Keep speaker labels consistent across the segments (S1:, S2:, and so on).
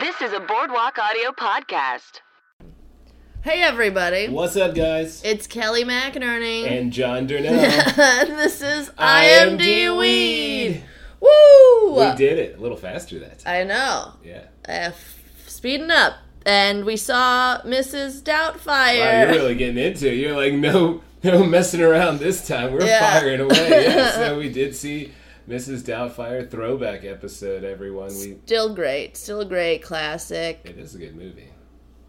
S1: This is a Boardwalk Audio podcast.
S2: Hey everybody,
S3: What's up, guys?
S2: it's Kelly McInerney,
S3: And John Durnell.
S2: and this is
S3: I am
S2: IMD Weed.
S3: Weed.
S2: Woo!
S3: we did it a little faster that time.
S2: I know,
S3: Yeah.
S2: uh, f- speeding up, and we saw Mrs.
S3: Wow,
S2: Doubtfire.
S3: you're really getting into it. You're like, no, no messing around this time. We're
S2: Yeah.
S3: firing away. Yeah, so we did see Mrs. Doubtfire throwback episode. Everyone, we
S2: Still great, still a great classic.
S3: it is a good movie.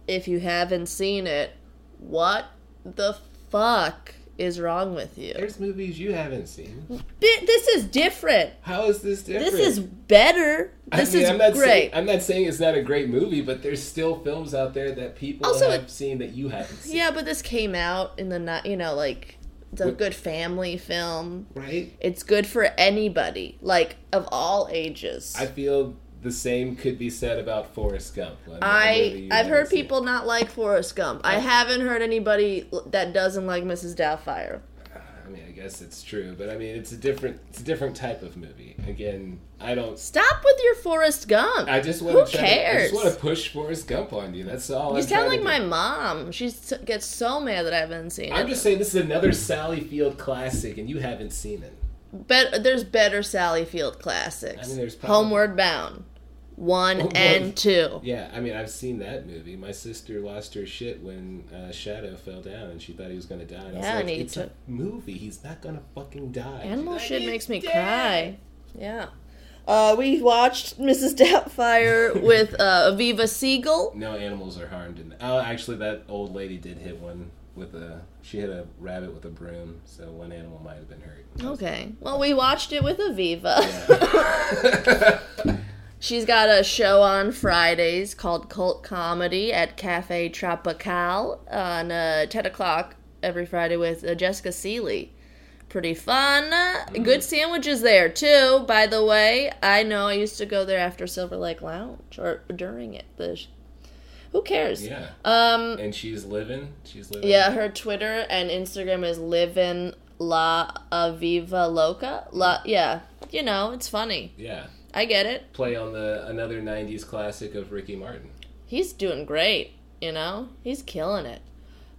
S2: If you haven't seen it, what the fuck is wrong with you?
S3: There's movies you haven't seen.
S2: Bi- This is different.
S3: How is this different?
S2: This is better. This
S3: I mean,
S2: is
S3: I'm not
S2: great.
S3: Saying, I'm not saying it's not a great movie, but there's still films out there that people
S2: Also,
S3: have
S2: it-
S3: seen that you haven't seen.
S2: Yeah, but this came out in the ni- you know like it's a
S3: Wh-
S2: good family film.
S3: Right?
S2: It's good for anybody, like of all ages.
S3: I feel the same could be said about Forrest Gump. Like, a movie
S2: I
S3: you
S2: I've
S3: haven't
S2: heard
S3: seen.
S2: people not like Forrest Gump. I haven't heard anybody l- that doesn't like Mrs. Doubtfire.
S3: I mean, I guess it's true, but I mean, it's a different, it's a different type of movie. Again, I don't.
S2: Stop with your Forrest Gump.
S3: I just want
S2: Who
S3: to. Try to, I
S2: cares?
S3: just want to push Forrest Gump on you. That's all.
S2: you
S3: I'm
S2: sound like
S3: trying to
S2: my
S3: do.
S2: mom. She s- gets so mad that I haven't seen
S3: I'm
S2: it.
S3: just saying this is another Sally Field classic, and you haven't seen it.
S2: Bet- there's better Sally Field classics.
S3: I mean, there's probably-
S2: Homeward Bound, one
S3: Homeward-
S2: and two.
S3: Yeah, I mean, I've seen that movie. My sister lost her shit when uh, Shadow fell down, and she thought he was gonna die. And I was
S2: Yeah,
S3: like,
S2: and he
S3: it's
S2: took-
S3: a movie. He's not gonna fucking die.
S2: Animal
S3: She's like,
S2: shit makes me
S3: "He's
S2: cry. Yeah. Uh, we watched Mrs. Doubtfire with uh, Aviva Siegel.
S3: No animals are harmed in. Oh, actually, that old lady did hit one with a. She hit a rabbit with a broom, so one animal might have been hurt.
S2: Okay. Well, we watched it with Aviva. Oh. She's got a show on Fridays called Cult Comedy at Cafe Tropical on uh, 10 o'clock every Friday with uh, Jessica Seeley. Pretty fun. Good sandwiches there, too, by the way. I know I used to go there after Silver Lake Lounge or during it. The sh- Who cares?
S3: yeah,
S2: Um,
S3: and she's living. She's living.
S2: Yeah, her Twitter and Instagram is Livin La Aviva Loca. La, yeah, you know, it's funny.
S3: Yeah.
S2: I get it.
S3: Play on the another '90s classic of Ricky Martin.
S2: He's doing great. You know, he's killing it.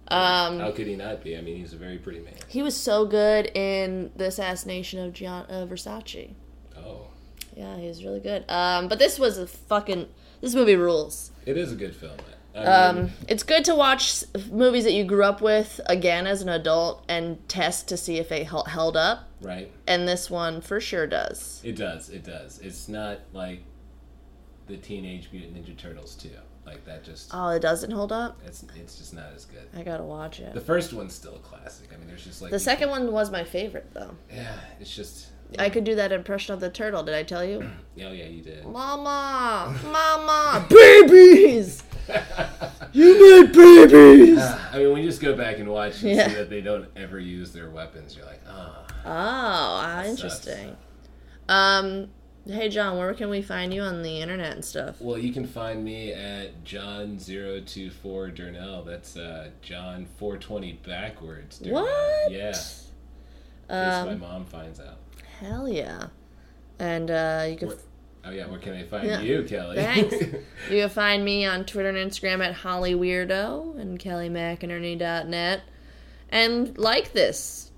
S2: Um,
S3: How could he not be? I mean, he's a very pretty man.
S2: he was so good in the assassination of Gian uh, Versace.
S3: Oh,
S2: Yeah, he was really good. Um, but this was a fucking this movie rules.
S3: it is a good film. I mean,
S2: Um, it's good to watch s- movies that you grew up with again as an adult and test to see if they hel- held up.
S3: right.
S2: And this one for sure does.
S3: It does. It does. It's not like the Teenage Mutant Ninja Turtles too. Like that just.
S2: Oh, it doesn't hold up?
S3: It's it's just not as good.
S2: I gotta watch
S3: The
S2: it.
S3: first one's still a classic. I mean, there's just like
S2: The
S3: you
S2: second one was my favorite, though.
S3: Yeah, it's just.
S2: I could do that impression of the turtle, did I tell you?
S3: Oh yeah, you did.
S2: Mama! Mama! Babies!
S3: you made babies. I mean, when you just go back and watch and
S2: Yeah.
S3: see that they don't ever use their weapons, you're like, ah.
S2: Oh, ah, interesting. Um, hey, John, where can we find you on the internet and stuff?
S3: Well, you can find me at John024 Durnell. That's uh, John 420 backwards. Durnell.
S2: What? Um,
S3: Yeah. In case my mom finds out.
S2: Hell yeah. And uh, you can
S3: Where- oh yeah, where can they find
S2: Yeah.
S3: you, Kelly?
S2: Thanks. You can find me on Twitter and Instagram at Holly Weirdo and KellyMcInerney.net. And like this.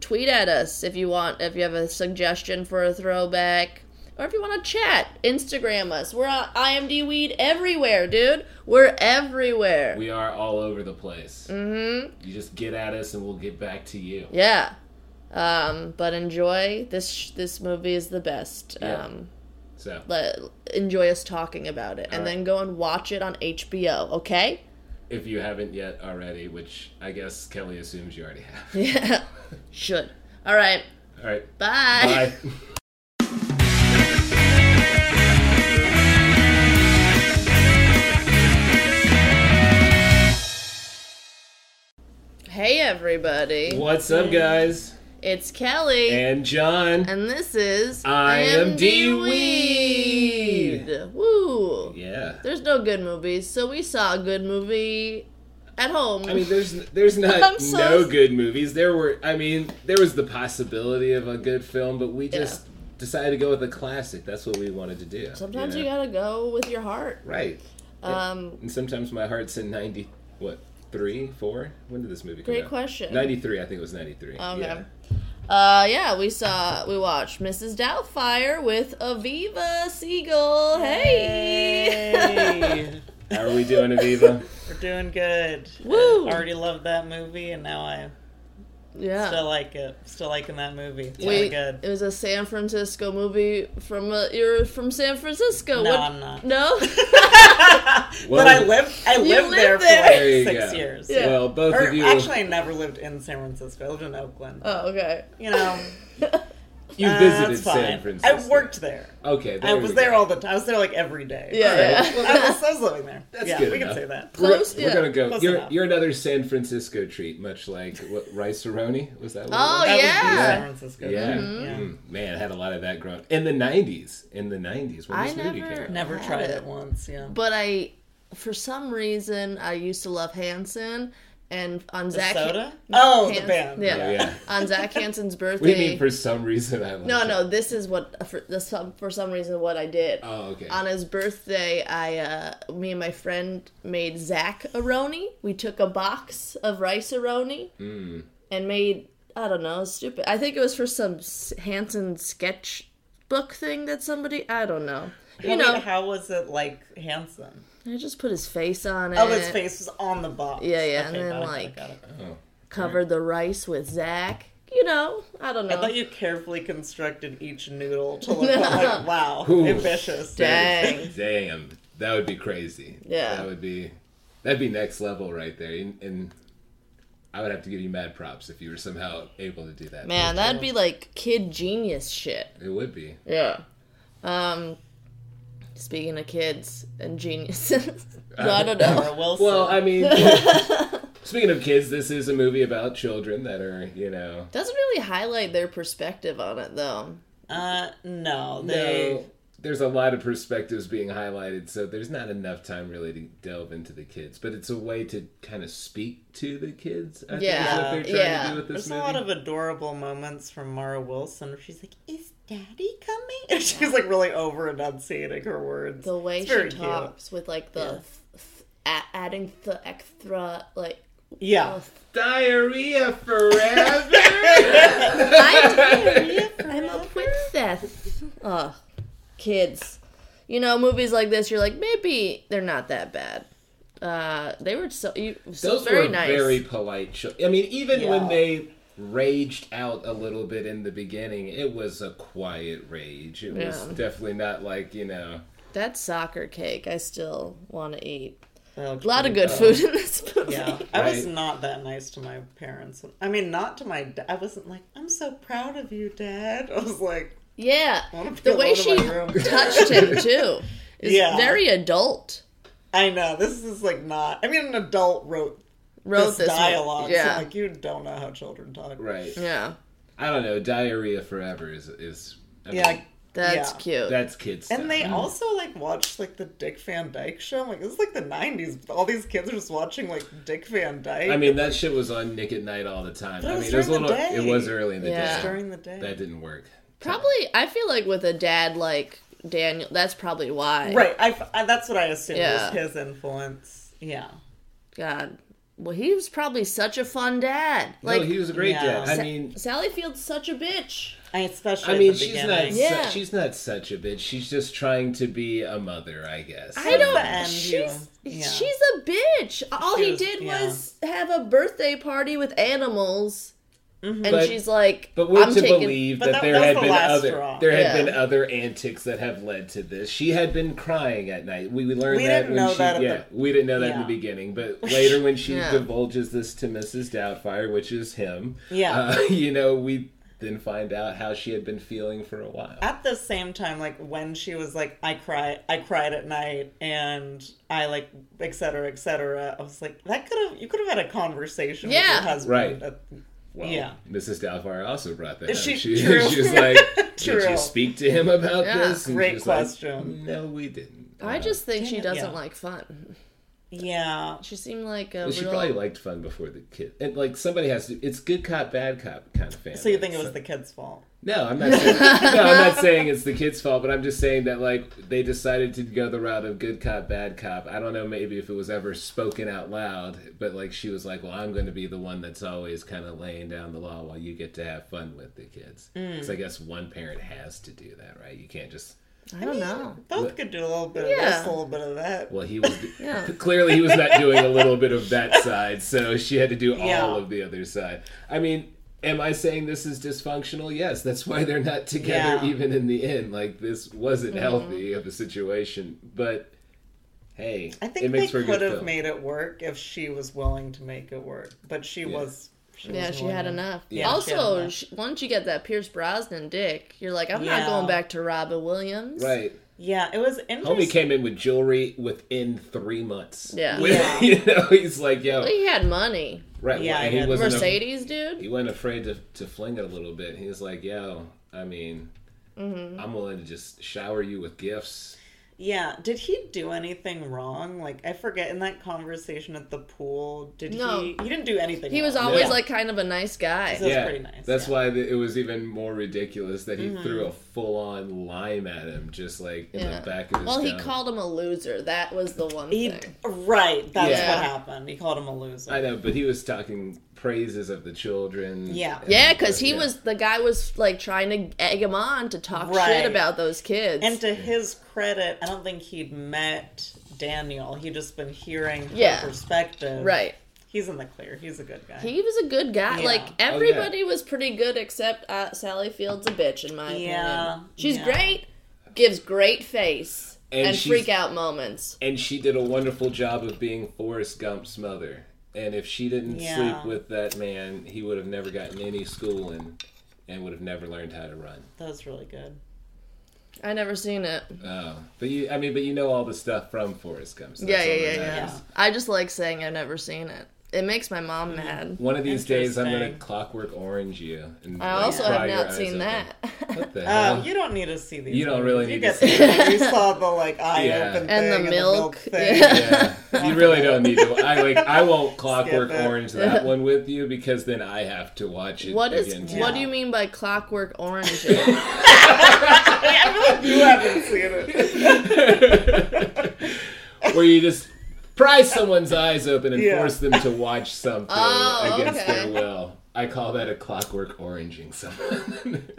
S2: Tweet at us if you want, if you have a suggestion for a throwback, or if you want to chat. Instagram us. We're on IMD Weed everywhere, dude. We're everywhere.
S3: we are all over the place.
S2: hmm
S3: You just get at us, and we'll get back to you.
S2: Yeah. Um, but enjoy this. This movie is the best.
S3: Yeah.
S2: Um,
S3: So.
S2: let, enjoy us talking about it, and
S3: All right.
S2: then go and watch it on HBO. Okay.
S3: if you haven't yet already, which I guess Kelly assumes you already have.
S2: Yeah. Should. All right.
S3: All right.
S2: Bye.
S3: Bye.
S2: Hey, everybody.
S3: What's up, guys?
S2: It's Kelly. And,
S3: And John.
S2: this is
S3: I am D
S2: Weed. Woo.
S3: yeah.
S2: There's no good movies, so we saw a good movie at home.
S3: I mean, there's there's
S2: I'm
S3: not
S2: so-
S3: no good movies. There were, I mean, there was the possibility of a good film, but we just decided to go with a classic. That's what we wanted to do.
S2: Sometimes you
S3: know?
S2: gotta go with your heart.
S3: right.
S2: Um,
S3: And sometimes my heart's in ninety what three four? When did this movie?
S2: Great
S3: come out?
S2: question. Oh,
S3: Ninety three, I think it was ninety three.
S2: Okay.
S3: Yeah.
S2: Uh, yeah, we saw, we watched Mrs. Doubtfire with Aviva Siegel. Hey!
S4: Hey,
S3: How are we doing, Aviva?
S4: we're doing good.
S2: Woo.
S4: I already loved that movie, and now I
S2: yeah.
S4: still like it. Still liking that movie. It's
S2: We,
S4: really
S2: it
S4: good.
S2: was a San Francisco movie from a, you're from San Francisco.
S4: No,
S2: What-
S4: I'm not.
S2: No?
S3: Well,
S4: but I lived. I lived
S2: lived
S4: there for
S2: there.
S4: like
S3: There you
S4: six
S3: go.
S4: years.
S2: Yeah.
S3: Well, both
S4: Or
S3: of you.
S4: actually, I never lived in San Francisco. I lived in Oakland.
S2: oh, okay.
S4: you know,
S3: you
S4: uh,
S3: visited
S4: it's
S3: San
S4: fine.
S3: Francisco.
S4: I worked there.
S3: Okay, there
S4: I
S3: we
S4: was
S3: go.
S4: there all the time. I was there like every day.
S2: Yeah,
S3: Alright.
S2: yeah.
S4: I was, I was living there.
S3: That's
S4: yeah,
S3: good
S4: we
S3: enough.
S4: can say that.
S3: We're,
S2: Close,
S3: we're
S2: yeah.
S3: gonna go.
S4: Close
S3: you're
S4: enough.
S3: you're another San Francisco treat, much like what rice aroni was that? What it
S2: Oh,
S3: was?
S4: That was
S2: yeah. Mm-hmm.
S4: San Francisco.
S3: Yeah.
S4: Yeah. Mm-hmm.
S3: Mm, man, I had a lot of that growing up. In the 90s. In the 90s when
S2: I
S3: this movie
S2: never-
S3: came out.
S4: Never
S2: Had
S4: tried
S2: it.
S4: it. once. Yeah.
S2: But I, for some reason, I used to love Hanson and on
S4: The
S2: Zach.
S4: soda? Oh, the
S2: Hansen-
S4: band.
S2: Yeah.
S3: Yeah, yeah.
S2: on Zach Hansen's birthday.
S3: What do you mean for some reason I like
S2: no,
S3: it?
S2: no. This is what for, this, some- for some reason what I did.
S3: Oh, okay.
S2: on his birthday, I uh, me and my friend made Zach aroni. We took a box of rice aroni
S4: Hmm.
S2: and made I don't know stupid. I think it was for some s- Hanson sketchbook thing that somebody I don't know. You
S4: Tell me,
S2: know,
S4: how was it like handsome?
S2: I just put his face on it.
S4: Oh, his face was on the box.
S2: Yeah, yeah, and
S4: Okay,
S2: then,
S4: got it,
S2: like-
S4: got it, got it.
S2: Covered the rice with Zach. You know, I don't know.
S4: I thought you carefully constructed each noodle to look like wow,
S3: Ooh.
S4: ambitious.
S2: Dang.
S3: Damn. That would be crazy.
S2: Yeah.
S3: That would be that'd be next level right there. And, and I would have to give you mad props if you were somehow able to do that.
S2: Man, that'd be like kid genius shit.
S3: It would be.
S2: Yeah. Um, speaking of kids and geniuses, I don't know.
S4: Or Wilson.
S3: Well, I mean Speaking of kids, this is a movie about children that are, you know,
S2: Doesn't really highlight their perspective on it though.
S4: uh, no, they.
S3: no, there's a lot of perspectives being highlighted, so there's not enough time really to delve into the kids. But it's a way to kind of speak to the kids. I
S2: Yeah,
S3: think is what they're trying
S2: yeah.
S3: to do with this
S4: There's
S3: movie.
S4: a lot of adorable moments from Mara Wilson. where She's like, "Is Daddy coming?" And she's like really over enunciating her words.
S2: The way
S4: It's very
S2: she
S4: cute.
S2: talks with like the
S4: Yeah.
S2: th- th- a- adding the extra like. Oh,
S4: Yeah.
S3: Diarrhea forever.
S2: I, I'm a princess. Ugh, kids. You know, movies like this, you're like maybe they're not that bad. Uh, they were so you so
S3: Those
S2: very
S3: were
S2: nice.
S3: very polite. Cho- I mean, even when
S4: Yeah.
S3: they raged out a little bit in the beginning, it was a quiet rage. It was
S2: Yeah.
S3: definitely not like you know.
S2: That soccer cake, I still want to eat.
S4: A
S2: A
S3: Oh
S2: lot of good food in this movie.
S4: Yeah, I was
S3: Right.
S4: not that nice to my parents. I mean, not to my. da- I wasn't like, "I'm so proud of you, Dad." I was like,
S2: Yeah,
S4: I wanna be
S2: the way
S4: alone
S2: she
S4: in my room.
S2: touched him too is
S4: Yeah.
S2: very adult.
S4: "I know this is like not." I mean, an adult wrote
S2: Wrote
S4: this,
S2: this one.
S4: dialogue.
S2: Yeah.
S4: so, like you don't know how children talk.
S3: Right.
S2: Yeah,
S3: I don't know. Diarrhea forever is is. I
S4: Yeah,
S3: mean,
S4: I-
S2: that's
S4: Yeah.
S2: cute.
S3: That's kids. Mm.
S4: And they also like watched like the Dick Van Dyke show. I'm like this is like the '90s. All these kids are just watching like Dick Van Dyke.
S3: I mean, that shit was on Nick at Night all the time.
S4: But it
S3: I
S4: was
S3: mean, it was a
S4: during
S3: little.
S4: the day.
S3: It was early in the
S2: Yeah.
S3: day.
S4: during the day.
S3: That didn't work.
S2: probably. I feel like with a dad like Daniel, that's probably why.
S4: right. I, I- that's what I assumed
S2: Yeah.
S4: was his influence. Yeah.
S2: God. Well, he was probably such a fun dad. Like
S3: no, he was a great
S4: Yeah.
S3: dad.
S2: Sa-
S3: I mean,
S2: Sally Field's such a bitch.
S4: I especially.
S3: I mean,
S4: at the
S3: she's not.
S4: beginning.
S2: Yeah.
S3: Su- she's not such a bitch. She's just trying to be a mother, I guess.
S2: I don't.
S4: And
S2: She's
S4: you- yeah.
S2: she's a bitch. All
S4: She
S2: he
S4: was-
S2: did
S4: yeah.
S2: was have a birthday party with animals,
S4: Mm-hmm.
S2: and
S3: But-
S2: she's like,
S3: But we're
S2: "I'm
S3: to
S2: taking."
S3: believe that,
S4: But that-
S3: there
S4: that's
S3: had
S4: the
S3: been
S4: last
S3: other
S4: straw.
S3: there had
S2: Yeah.
S3: been other antics that have led to this. She had been crying at night. We, we learned
S4: We
S3: that
S4: didn't
S3: when
S4: know
S3: she
S4: that at
S3: yeah
S4: the-
S3: we didn't know that in
S4: Yeah.
S3: the beginning, but later when she
S2: Yeah.
S3: divulges this to Mrs. Doubtfire, which is him,
S4: Yeah.
S3: uh, you know we then find out how she had been feeling for a while.
S4: at the same time like when she was like i cry i cried at night and i like et cetera et cetera i was like that could have you could have had a conversation with
S2: Yeah.
S4: your husband
S3: Right.
S4: at-
S3: Well,
S4: yeah.
S3: Mrs. Doubtfire also brought that up.
S4: She-
S3: She,
S4: true.
S3: she was like, "Did
S4: True.
S3: you speak to him about
S2: Yeah.
S3: this?" And
S4: Great
S3: she was like,
S4: question.
S3: no, we didn't.
S2: I
S3: Uh,
S2: just think she
S4: it,
S2: doesn't
S4: yeah.
S2: like fun.
S4: Yeah.
S2: She seemed like a
S3: Well, she
S2: real.
S3: probably liked fun before the kid. And like somebody has to. It's good cop, bad cop kind of family.
S4: So you think it was the kid's fault?
S3: No, I'm not. Saying, no, I'm not saying it's the kid's fault, but I'm just saying that like they decided to go the route of good cop, bad cop. I don't know, maybe if it was ever spoken out loud, but like she was like, "Well, I'm going to be the one that's always kind of laying down the law while you get to have fun with the kids."
S4: Mm.
S3: Because I guess one parent has to do that, right? You can't just.
S2: I don't know.
S4: Both could do a little bit
S2: Yeah.
S4: of this, a little bit of that.
S3: Well, he was
S2: Yeah.
S3: clearly he was not doing a little bit of that side, so she had to do
S4: Yeah.
S3: all of the other side. I mean, am I saying this is dysfunctional? Yes, that's why they're not together
S4: Yeah. Mm-hmm.
S3: even in the end. Like this wasn't healthy of a situation, but hey,
S4: I think
S3: it makes for
S4: they
S3: a good
S4: could have
S3: film.
S4: made it work if she was willing to make it work, but she was. She
S2: Yeah,
S4: was
S2: she had
S4: willing.
S2: enough.
S4: Yeah, she had
S2: also,
S4: enough.
S2: sh once you get that Pierce Brosnan dick, you're like, I'm
S4: Yeah.
S2: not going back to Robin Williams.
S3: right.
S4: Yeah, it was
S3: Homie
S4: interesting.
S3: came in with jewelry within three months.
S2: Yeah.
S3: With-
S4: Yeah.
S3: you know, he's like, yo,
S2: But he had money.
S3: right?
S4: Yeah,
S3: Yeah,
S4: he
S3: he
S4: had
S3: wasn't. a-
S2: Mercedes, dude.
S3: he wasn't afraid to, to fling it a little bit. He was like, yo, I mean,
S2: Mm-hmm.
S3: I'm willing to just shower you with gifts.
S4: Yeah, did he do anything wrong? Like I forget in that conversation at the pool, did
S2: No.
S4: he? He didn't do anything.
S2: He
S4: wrong.
S2: was always
S3: Yeah.
S2: like kind of a nice guy.
S4: So- That's pretty nice,
S3: That's
S4: yeah.
S3: why the, it was even more ridiculous that he threw a full on lime at him, just like in
S2: Mm-hmm. Yeah.
S3: the back of his.
S2: Well, he
S3: gown.
S2: called him a loser. That was the one
S4: He,
S2: thing.
S4: right, that's
S2: Yeah.
S4: what happened. He called him a loser.
S3: I know, but he was talking praises of the children.
S4: Yeah.
S2: Yeah, because he
S3: Yeah.
S2: was the guy was like trying to egg him on to talk
S4: Right.
S2: shit about those kids.
S4: And to his credit, I don't think he'd met Daniel. He'd just been hearing her
S2: Yeah.
S4: perspective.
S2: right.
S4: He's in the clear. He's a good guy.
S2: He was a good guy.
S4: Yeah.
S3: Oh,
S2: Like everybody was pretty good except uh, Sally Field's a bitch in my
S4: Yeah,
S2: opinion. She's
S4: yeah.
S2: great, gives great face
S3: And
S2: and,
S3: she's-
S2: freak out moments.
S3: and she did a wonderful job of being Forrest Gump's mother. And if she didn't
S4: Yeah.
S3: sleep with that man, he would have never gotten any schooling, and would have never learned how to run.
S4: that was really good.
S2: I never seen it.
S3: Oh, but you, I mean, but you know all the stuff from Forrest Gump. So
S2: yeah,
S3: that's
S2: yeah,
S3: all
S2: yeah,
S3: that
S2: yeah,
S3: matters.
S4: Yeah.
S2: I just like saying I've never seen it. It makes my
S3: Mm.
S2: mom mad.
S3: One of these days, I'm gonna
S4: Interesting.
S3: clockwork orange you. And
S2: I
S3: like,
S2: also
S3: pry
S2: have
S3: your
S2: not
S3: eyes
S2: seen
S3: open.
S2: that.
S3: What the
S4: Oh,
S3: hell?
S4: you don't need to see these.
S3: You don't
S4: movies.
S3: really
S4: You
S3: need
S4: get
S3: to see
S4: the- You saw the like eye
S3: Yeah.
S4: open thing
S2: And the milk.
S4: thing.
S2: Yeah.
S3: yeah, you really don't need to. I like. I won't clockwork
S4: it.
S3: orange that one with you because then I have to watch it.
S2: What is?
S3: again
S2: What
S3: too.
S2: do you mean by clockwork orange? yeah,
S4: I feel like you haven't seen it.
S3: Where you just pry someone's eyes open and
S4: Yeah.
S3: force them to watch something
S2: Oh,
S3: against
S2: okay.
S3: their will. I call that a clockwork oranging someone.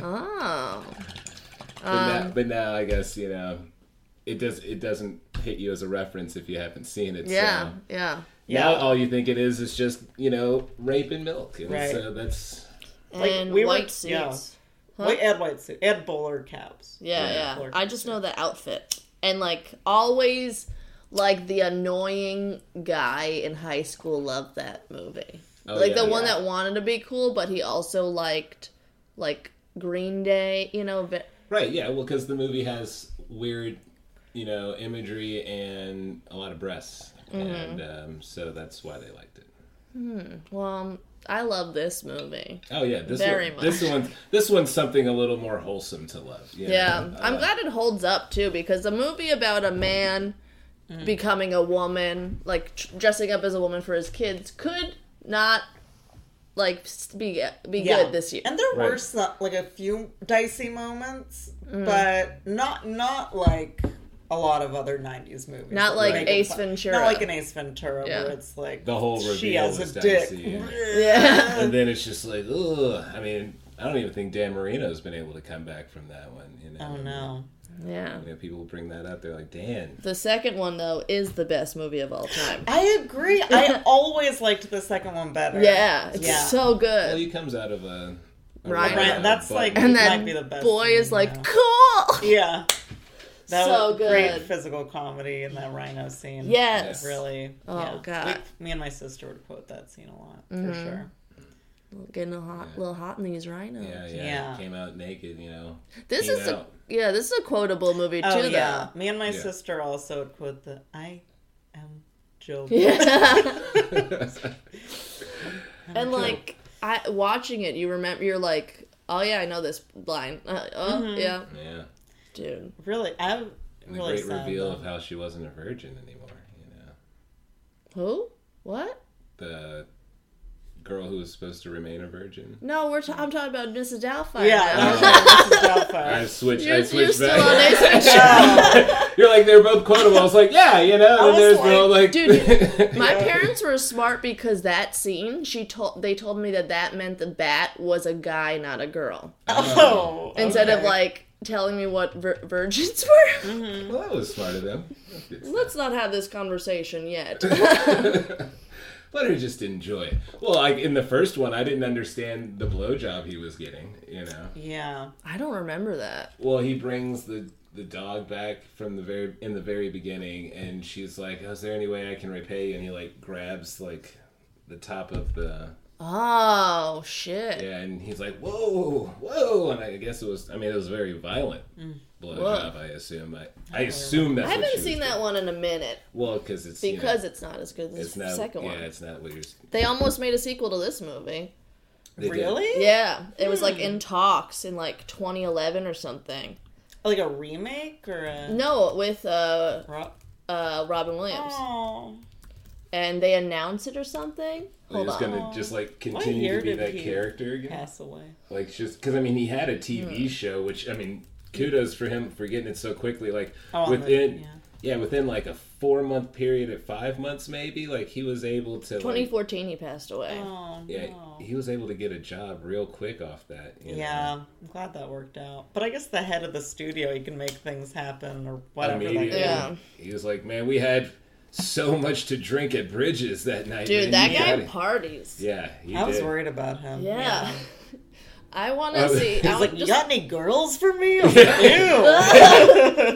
S2: oh,
S3: but, now,
S2: Um,
S3: but now I guess you know it does. It doesn't hit you as a reference if you haven't seen it.
S2: yeah,
S3: So.
S2: yeah.
S3: Now
S4: Yeah.
S3: all you think it is is just you know rape and milk, and
S4: Right.
S3: so that's
S2: and
S4: we were-
S2: white suits.
S4: yeah. Wait, add white suit. Add bowler caps.
S2: Yeah, yeah.
S4: Or-
S2: I just know the outfit. And like always like the annoying guy in high school loved that movie.
S3: Oh,
S2: like
S3: yeah,
S2: the one
S3: yeah.
S2: that wanted to be cool, but he also liked like Green Day, you know, but
S3: right. Yeah, well, because the movie has weird, you know, imagery and a lot of breasts,
S2: Mm-hmm.
S3: and um, so that's why they liked it.
S2: well, um, I love this movie.
S3: Oh yeah, this
S2: Very
S3: one, this
S2: much.
S3: one's this one's something a little more wholesome to love. you know?
S2: Yeah. I'm
S3: Uh,
S2: glad it holds up too because a movie about a man becoming a woman, like tr- dressing up as a woman for his kids could not like s- be be
S4: Yeah.
S2: good this year.
S4: And there were
S3: Right.
S4: some, like a few dicey moments,
S2: Mm.
S4: but not not like a lot of other '90s movies.
S2: Not
S4: that
S2: like
S4: make
S2: Ace
S4: it fun.
S2: Ventura.
S4: Not like an Ace Ventura
S2: Yeah.
S4: where it's like
S3: The whole
S4: she
S3: reveal
S4: has
S3: was
S4: a dick.
S3: dicey, yeah.
S2: Yeah.
S3: and then it's just like, ugh. I mean, I don't even think Dan Marino's been able to come back from that one. You know,
S4: Oh no.
S2: Yeah.
S3: You know, people bring that up. They're like, Dan,
S2: The second one though is the best movie of all time.
S4: I agree. I always liked the second one better.
S2: Yeah, it's
S4: Yeah.
S2: so
S3: Well,
S2: good.
S3: he comes out of a. a
S2: Right.
S3: rock
S2: Right,
S3: out of
S4: that's
S3: a
S4: like-
S3: butt.
S2: And
S4: might
S2: then
S4: be the best
S2: boy is
S4: movie
S2: like,
S4: now.
S2: cool.
S4: Yeah. That
S2: So
S4: was Great
S2: good.
S4: physical comedy in that rhino scene.
S2: Yes.
S4: Really.
S2: Oh,
S4: yeah.
S2: God. Mm-hmm.
S4: We, me and my sister would quote that scene a lot for sure.
S2: Getting a hot, little hot in these rhinos.
S3: Yeah, yeah.
S4: Yeah.
S3: Came out naked, you know.
S2: This
S3: Came
S2: is a
S3: out.
S2: yeah, this is a quotable movie too.
S4: Oh
S2: though.
S4: yeah. Me and my
S3: Yeah.
S4: sister also would quote the I am Joe.
S2: Yeah. and like I watching it, you remember you're like, oh yeah, I know this line. Uh, oh
S4: Mm-hmm.
S2: yeah,
S3: Yeah.
S2: dude.
S4: Really, I'm
S3: And the
S4: really
S3: great
S4: sad.
S2: um,
S3: reveal
S4: though.
S3: of how she wasn't a virgin anymore, you know.
S2: Who? What?
S3: The girl who was supposed to remain a virgin.
S2: No, we're. Ta- I'm talking about Mrs. Doubtfire.
S4: Yeah,
S2: now.
S4: okay, this is
S3: I
S4: Doubtfire.
S3: switched.
S2: You're,
S3: I
S2: you're
S3: switched
S2: still
S3: back.
S2: on Ace
S4: Yeah.
S3: You're like they're both quotable. I was like, yeah, you know. And
S4: was
S3: there's the whole, like,
S2: Dude, My parents were smart because that scene. She told they told me that that meant the bat was a guy, not a girl,
S4: Oh,
S2: instead of
S4: okay.
S2: like telling me what vir- virgins were.
S3: well, that was smart of them.
S2: Let's not have this conversation yet.
S3: Let her just enjoy it. Well, like in the first one, I didn't understand the blowjob he was getting. You know.
S4: Yeah.
S2: I don't remember that.
S3: Well, he brings the the dog back from the very in the very beginning, and she's like, "Is there any way I can repay you?" And he like grabs like the top of the
S2: Oh shit.
S3: yeah, and he's like, "Whoa, whoa!" And I guess it was. I mean, it was very violent blowjob. I assume. I I assume that's.
S2: Mm. I
S3: what she
S2: haven't
S3: was
S2: seen
S3: doing.
S2: that one in a minute
S3: Well, because it's you know,
S2: because it's not as good as
S3: it's
S2: the
S3: not
S2: second
S3: yeah,
S2: one.
S3: it's not what you're.
S2: They almost made a sequel to this movie.
S3: They did.
S4: Really?
S2: Yeah, it was like
S3: Hmm.
S2: in talks in like 2011 or something.
S4: Like a remake or a.
S2: No, with uh
S4: Ro-
S2: uh Robin Williams.
S4: Oh.
S2: And they announce it or something.
S3: They're
S2: Hold
S3: just
S2: on.
S3: gonna just like
S4: year
S3: continue to be
S4: did
S3: that
S4: he- Hmm.
S3: character again.
S4: Pass away.
S3: Like it's just because I mean he had a TV show, which I mean kudos for him for getting it so quickly. Like
S4: Oh, on the-
S3: within
S4: yeah.
S3: yeah. within like a four month period at five months maybe, like he was able to like,
S2: 2014 he passed away.
S3: Uh,
S4: Oh,
S3: yeah
S4: no.
S3: he was able to get a job real quick off that. you know?
S4: Yeah, I'm glad that worked out. But I guess the head of the studio, he can make things happen or whatever. That
S3: immediately.
S4: yeah.
S2: Yeah.
S3: He was like, man, we had so much to drink at Bridges that night. man.
S2: Dude, that
S3: You
S2: guy
S3: gotta-"
S2: parties. Yeah.
S3: Yeah, he
S4: I was
S3: did.
S4: worried about him.
S2: I want
S3: Uh,
S2: to see. I
S3: he's
S4: He's
S2: want
S4: like, you
S2: just,
S4: got any girls for me? I was like,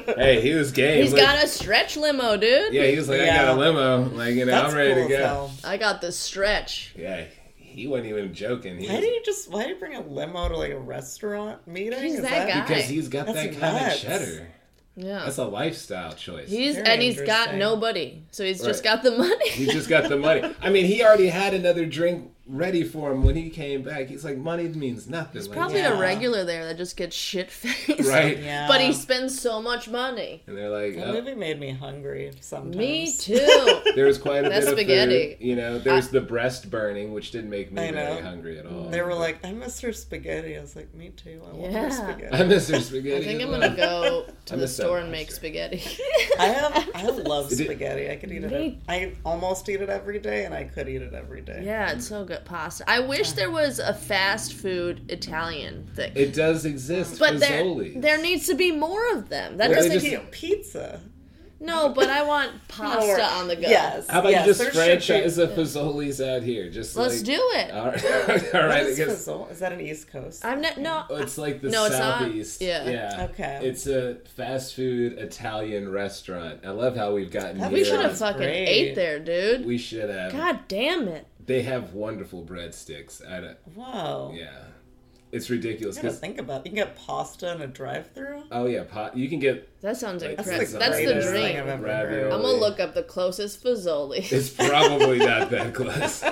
S4: Ew.
S3: Hey, he was game.
S2: he's
S3: Look-
S2: got a stretch limo, dude.
S3: yeah, he was like, I
S4: Yeah.
S3: got a limo. Like, you know,
S4: That's
S3: I'm ready
S4: cool
S3: to go.
S4: as hell.
S2: I got the stretch.
S3: Yeah, he wasn't even joking. He
S4: Why
S3: was-
S4: did you just? Why did you bring a limo to like a restaurant meeting?
S2: He's
S4: Is
S2: that guy.
S3: Because he's got
S4: That's
S3: that kind of
S4: nuts.
S3: cheddar.
S2: Yeah.
S3: That's a lifestyle choice. He
S2: He's
S4: Very
S2: and he's got
S4: interesting.
S2: nobody, so he's just
S3: Right.
S2: got the money.
S3: just got the money. I mean, he already had another drink ready for him when he came back. He's like, money means nothing. He's
S2: Probably
S4: Yeah.
S2: a regular there that just gets shit faced.
S3: right.
S4: Yeah.
S2: But he spends so much money.
S3: And they're like,
S4: That
S3: oh,
S4: movie made me hungry sometimes.
S2: Me too.
S3: there was quite a
S2: That's
S3: bit of
S2: spaghetti.
S3: food. You know, there's the breast burning, which didn't make me
S4: I
S3: very
S4: know.
S3: hungry at all.
S4: They were like, I miss her spaghetti. I was like, me too. I want
S2: Yeah.
S4: her spaghetti.
S3: I miss her spaghetti.
S2: I think
S3: as
S2: I'm
S3: well.
S2: gonna go to
S3: I'm
S2: the
S3: a
S2: store and
S3: sub
S2: make
S3: master.
S2: spaghetti.
S4: I have. I love
S3: Is it-
S4: spaghetti. I could eat it.
S2: Me-
S4: I almost eat it every day, and I could eat it every day.
S2: yeah, it's so good pasta. I wish there was a fast food Italian thing,
S3: It does exist.
S2: but there
S3: Fazoli's.
S2: there needs to be more of them. That
S3: Well, they
S2: doesn't
S4: Just
S3: just-
S4: like, eat pizza.
S2: no, but I want pasta
S4: Or-
S2: on the go.
S4: Yes.
S3: How about
S4: yes,
S3: you just
S4: there should be-
S3: franchise a Fazoli's out here? Just
S2: let's
S3: like, uh,
S2: do it.
S3: All right, all
S4: What
S3: right. I
S4: is
S3: guess
S4: fizzle? Is that an East Coast?
S2: I'm not no.
S3: Oh, it's like the
S2: No, it's not.
S3: southeast.
S2: Yeah.
S4: Okay.
S3: It's a fast food Italian restaurant. I love how we've gotten.
S4: That
S2: we
S3: here.
S2: should have
S4: sounds
S2: fucking
S4: great.
S2: ate there, dude.
S3: We should have.
S2: God damn it.
S3: They have wonderful breadsticks. I don't.
S4: Whoa.
S3: Yeah. It's ridiculous.
S4: You gotta
S3: 'cause-
S4: think about. You can get pasta in a drive-through.
S3: oh yeah, pot. You can get.
S2: That sounds
S3: That's
S2: incredible.
S4: the
S2: That's the
S4: greatest thing I've
S2: dream.
S4: ever
S3: Ravioli.
S4: heard.
S2: I'm gonna look up the closest Fazoli.
S3: It's probably not that close,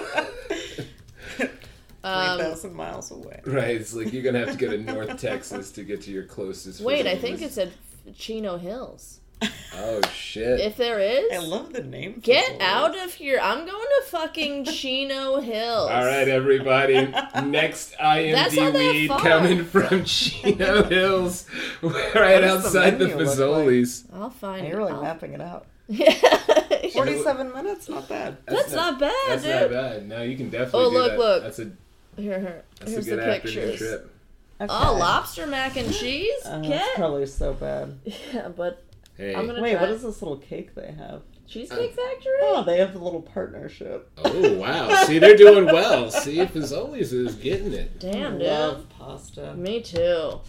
S2: Um,
S4: Three thousand miles away.
S3: right? It's like you're gonna have to go to North Texas to get to your closest.
S2: Wait, I
S3: Fazoli's.
S2: think it's at Chino Hills.
S3: Oh shit!
S2: If there is,
S4: I love the name.
S2: Get
S4: fizzle.
S2: out of here. I'm going to fucking Chino Hills.
S3: All right, everybody. Next
S2: That's all
S3: IMD
S2: that
S3: weed
S2: far.
S3: coming from Chino Hills, right
S4: does the
S3: outside the,
S4: menu look like?
S3: Fazoli's.
S2: I'll find
S4: You're really
S2: it. I'll-
S4: mapping it out.
S2: Yeah.
S4: Forty-seven minutes, not bad.
S2: That's not bad,
S3: That's
S2: dude.
S3: not bad. No, you can definitely.
S2: Oh,
S3: do
S2: look,
S3: that.
S2: look.
S3: That's a
S2: Here, here.
S3: that's
S2: Here's
S3: a good
S2: the
S3: afternoon
S2: pictures.
S3: trip.
S2: Oh,
S4: Okay.
S2: lobster mac and cheese?
S4: Oh, that's
S2: Get.
S4: probably so bad.
S2: yeah, but
S3: Hey,
S2: I'm gonna
S4: Wait,
S2: try.
S4: what is this little cake they have?
S3: Uh,
S2: Cheesecake Factory?
S4: Oh, they have the little partnership.
S3: oh wow! See, they're doing well. See, if Fazoli's is getting it.
S2: Damn, dude.
S4: Love pasta.
S2: Me too.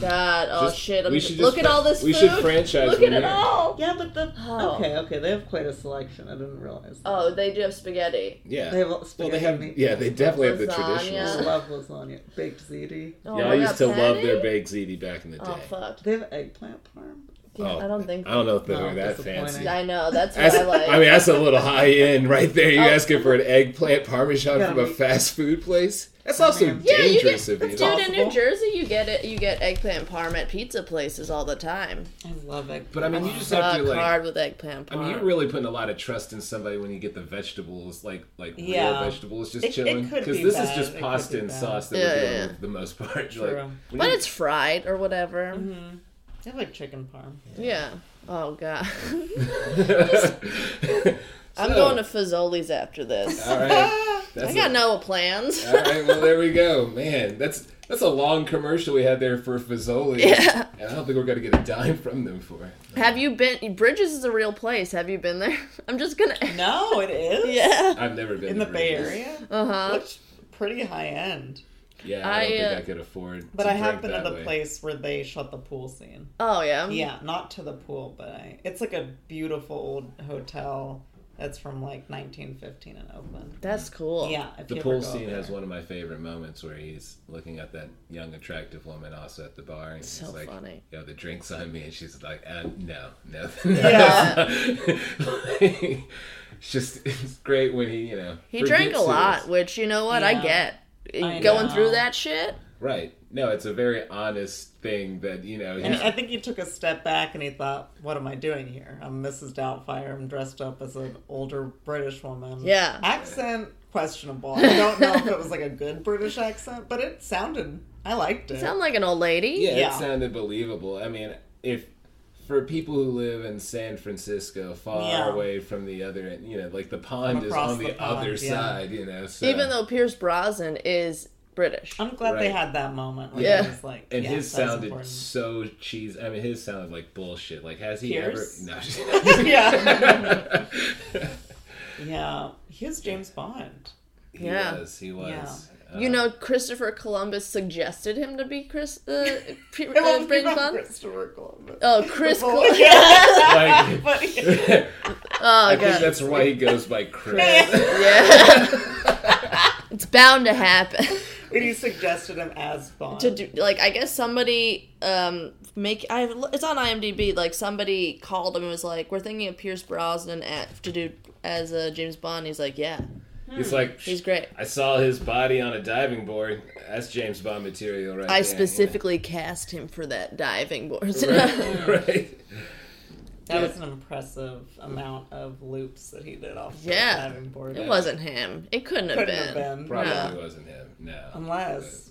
S2: God, oh
S3: Just-
S2: shit! I'm,
S3: we should
S2: look
S3: just
S2: at all this
S3: we
S2: food.
S3: should franchise
S2: Look
S3: them
S2: at it
S3: here.
S2: all.
S4: Yeah, but the
S2: Oh.
S4: okay, okay, they have quite a selection. I didn't realize. That.
S2: Oh, they do have spaghetti.
S3: Yeah.
S4: They have
S3: well,
S4: spaghetti
S3: they have.
S4: meat.
S3: Yeah, they definitely have the
S2: Lasagna.
S4: I
S3: traditionals.
S4: love lasagna, baked ziti.
S2: Oh,
S3: Yeah, I
S2: they
S3: used
S2: got
S3: to love
S2: patty?
S3: their baked ziti back in the day.
S2: Oh fuck!
S4: They have eggplant parm.
S2: Yeah,
S3: Oh.
S2: I don't think
S3: I don't know if they're
S4: No,
S3: that
S4: disappointing.
S3: fancy.
S2: I know that's what
S3: That's,
S2: I like.
S3: I mean, that's a little high end right there. You
S2: Oh.
S3: asking for an eggplant parmesan
S4: Yeah,
S3: from a
S4: we-
S3: fast food place? That's also
S4: Oh, man.
S2: yeah, you get
S3: dangerous
S2: dude
S3: of you.
S2: in New
S4: Possible.
S2: Jersey. You get it. You get eggplant parm at pizza places all the time.
S4: I love it.
S3: But I mean, you just have
S2: Rock
S3: to like.
S2: hard with eggplant
S3: I
S2: parm.
S3: mean, you're really putting a lot of trust in somebody when you get the vegetables, like like
S4: Yeah.
S3: real vegetables, just
S4: It- it
S3: chilling.
S4: could
S3: Because
S4: be
S3: this is
S4: bad. It
S3: just
S4: could
S3: pasta
S4: be
S3: and
S4: bad.
S3: sauce that
S2: Yeah,
S3: we're
S2: yeah,
S3: doing
S2: yeah.
S3: the most part. Like,
S4: True.
S3: we
S2: but
S3: need- Mm-hmm.
S2: it's fried or whatever.
S4: I like chicken parm.
S2: Yeah. Oh god. I'm
S3: So,
S2: going to Fazoli's after this.
S3: All right, that's
S2: I got
S3: it.
S2: no plans.
S3: All right, well there we go, man. That's that's a long commercial we had there for Fazoli,
S2: Yeah.
S3: and I don't think we're gonna get a dime from them for it.
S2: Have you been? Bridges is a real place. Have you been there? I'm just gonna.
S4: No, it is.
S2: Yeah.
S3: I've never been
S4: In
S3: to
S4: the Bay
S3: Bridges.
S4: Area,
S2: Uh huh.
S4: looks pretty high end.
S3: Yeah, I,
S2: I,
S3: don't
S2: uh,
S3: think I could afford.
S4: But
S3: to
S4: I have
S3: drink
S4: been
S3: that
S4: at a
S3: way.
S4: place where they shut the pool scene.
S2: Oh yeah.
S4: Yeah, not to the pool, but I, it's like a beautiful old hotel that's from like 1915 in Oakland.
S2: That's cool.
S4: Yeah, if
S3: The
S4: you ever
S3: pool
S4: go
S3: scene
S4: there.
S3: has one of my favorite moments where he's looking at that young, attractive woman also at the bar, and
S2: So
S3: he's like,
S2: funny.
S3: "Yo, the drink's on me," and she's like, uh, "No, no."
S2: Yeah.
S3: it's just it's great when he, you know,
S2: He drank a
S3: forgets
S2: lot,
S3: his-
S2: which you know what I
S4: Yeah.
S2: get. Eh,
S4: I
S2: Going
S4: know.
S2: through that shit.
S3: Right? No, it's a very honest thing that you know.
S4: And
S3: He's,
S4: I think he took a step back and he thought, "What am I doing here? I'm Mrs. Doubtfire. I'm dressed up as an older British woman.
S2: Yeah.
S4: accent questionable. I don't know if it was like a good British accent, but it sounded. I liked it.
S2: Sound like an old lady.
S3: yeah,
S4: Yeah.
S3: it sounded believable. I mean, if for people who live in San Francisco, far
S4: Yeah.
S3: away from the other, end, you know, like the pond is
S4: across
S3: on the,
S4: the pond,
S3: other
S4: yeah.
S3: side, you know. So.
S2: Even though Pierce Brosnan is British.
S4: I'm glad they
S3: Right.
S4: had that moment. Where
S2: Yeah.
S4: he was like,
S3: And
S4: yeah,
S3: his
S4: that was
S3: sounded
S4: important.
S3: so cheesy. I mean, his sounded like bullshit. Like, has he
S4: Pierce?
S3: ever? No.
S4: yeah, yeah. He was James Bond.
S3: he
S2: Yeah.
S3: was. He was. Uh,
S2: you know, Christopher Columbus suggested him to be Chris. Uh, P-
S4: It
S2: uh,
S4: won't be
S2: British
S4: about
S2: Bond.
S4: Christopher Columbus.
S2: Oh, Chris. Col-
S4: Oh, yeah,
S3: like,
S4: but
S2: Oh
S3: I
S2: god.
S3: think that's why he goes by Chris.
S2: yeah. it's bound to happen.
S4: when he suggested him as Bond.
S2: to do like I guess somebody um make I it's on IMDb like somebody called him and was like we're thinking of Pierce Brosnan at, to do as uh, James Bond he's like yeah
S3: He's like,
S2: he's great
S3: I saw his body on a diving board. That's James Bond material, right?
S2: I
S3: there,
S2: specifically cast him for that diving board
S3: You know? right. right.
S4: That was an impressive amount of loops that he did off
S2: Yeah.
S4: the diving board.
S2: it wasn't him it couldn't, have,
S4: Couldn't
S2: been.
S4: have been.
S3: Probably
S2: No.
S3: wasn't him. No.
S4: Unless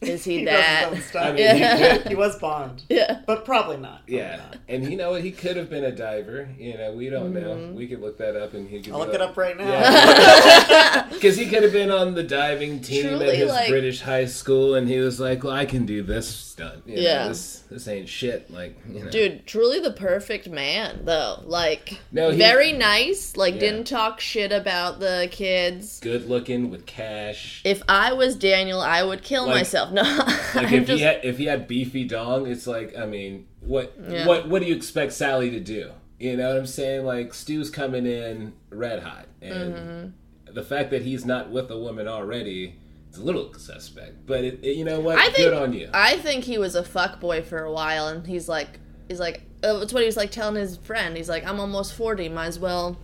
S2: is he,
S4: he does
S2: that
S4: dumb
S3: I
S4: stuff.
S3: mean,
S2: Yeah.
S3: he could,
S4: He was Bond.
S2: yeah
S4: But probably not. Probably
S3: yeah.
S4: not.
S3: And you know what? He could have been a diver. You know, we don't know.
S2: Mm-hmm.
S3: We could look that up, and he could.
S4: I'll
S3: be
S4: look
S3: like-
S4: it up right now.
S3: Because he could have been on the diving team at
S2: Truly,
S3: his
S2: like-
S3: British high school, and he was like, "Well, I can do this stunt. You know,
S2: Yeah.
S3: this, this ain't shit." Like, you know.
S2: dude truly the perfect man though like
S3: No, he-
S2: very nice like
S3: Yeah.
S2: didn't talk shit about the kids
S3: good looking with cash.
S2: if I was Daniel I would kill
S3: Like-
S2: myself no
S3: Like,
S2: I'm
S3: if
S2: just
S3: he had if he had beefy dong, it's like, I mean, what
S2: Yeah.
S3: what what do you expect Sally to do? You know what I'm saying? Like, Stu's coming in red hot, and
S2: Mm-hmm.
S3: the fact that he's not with a woman already. is A little suspect, but it, it- you know what?
S2: I think
S3: Good on you.
S2: I think he was a fuckboy for a while, and he's like, he's like, uh, it's what he was like telling his friend. He's like, I'm almost forty, might as well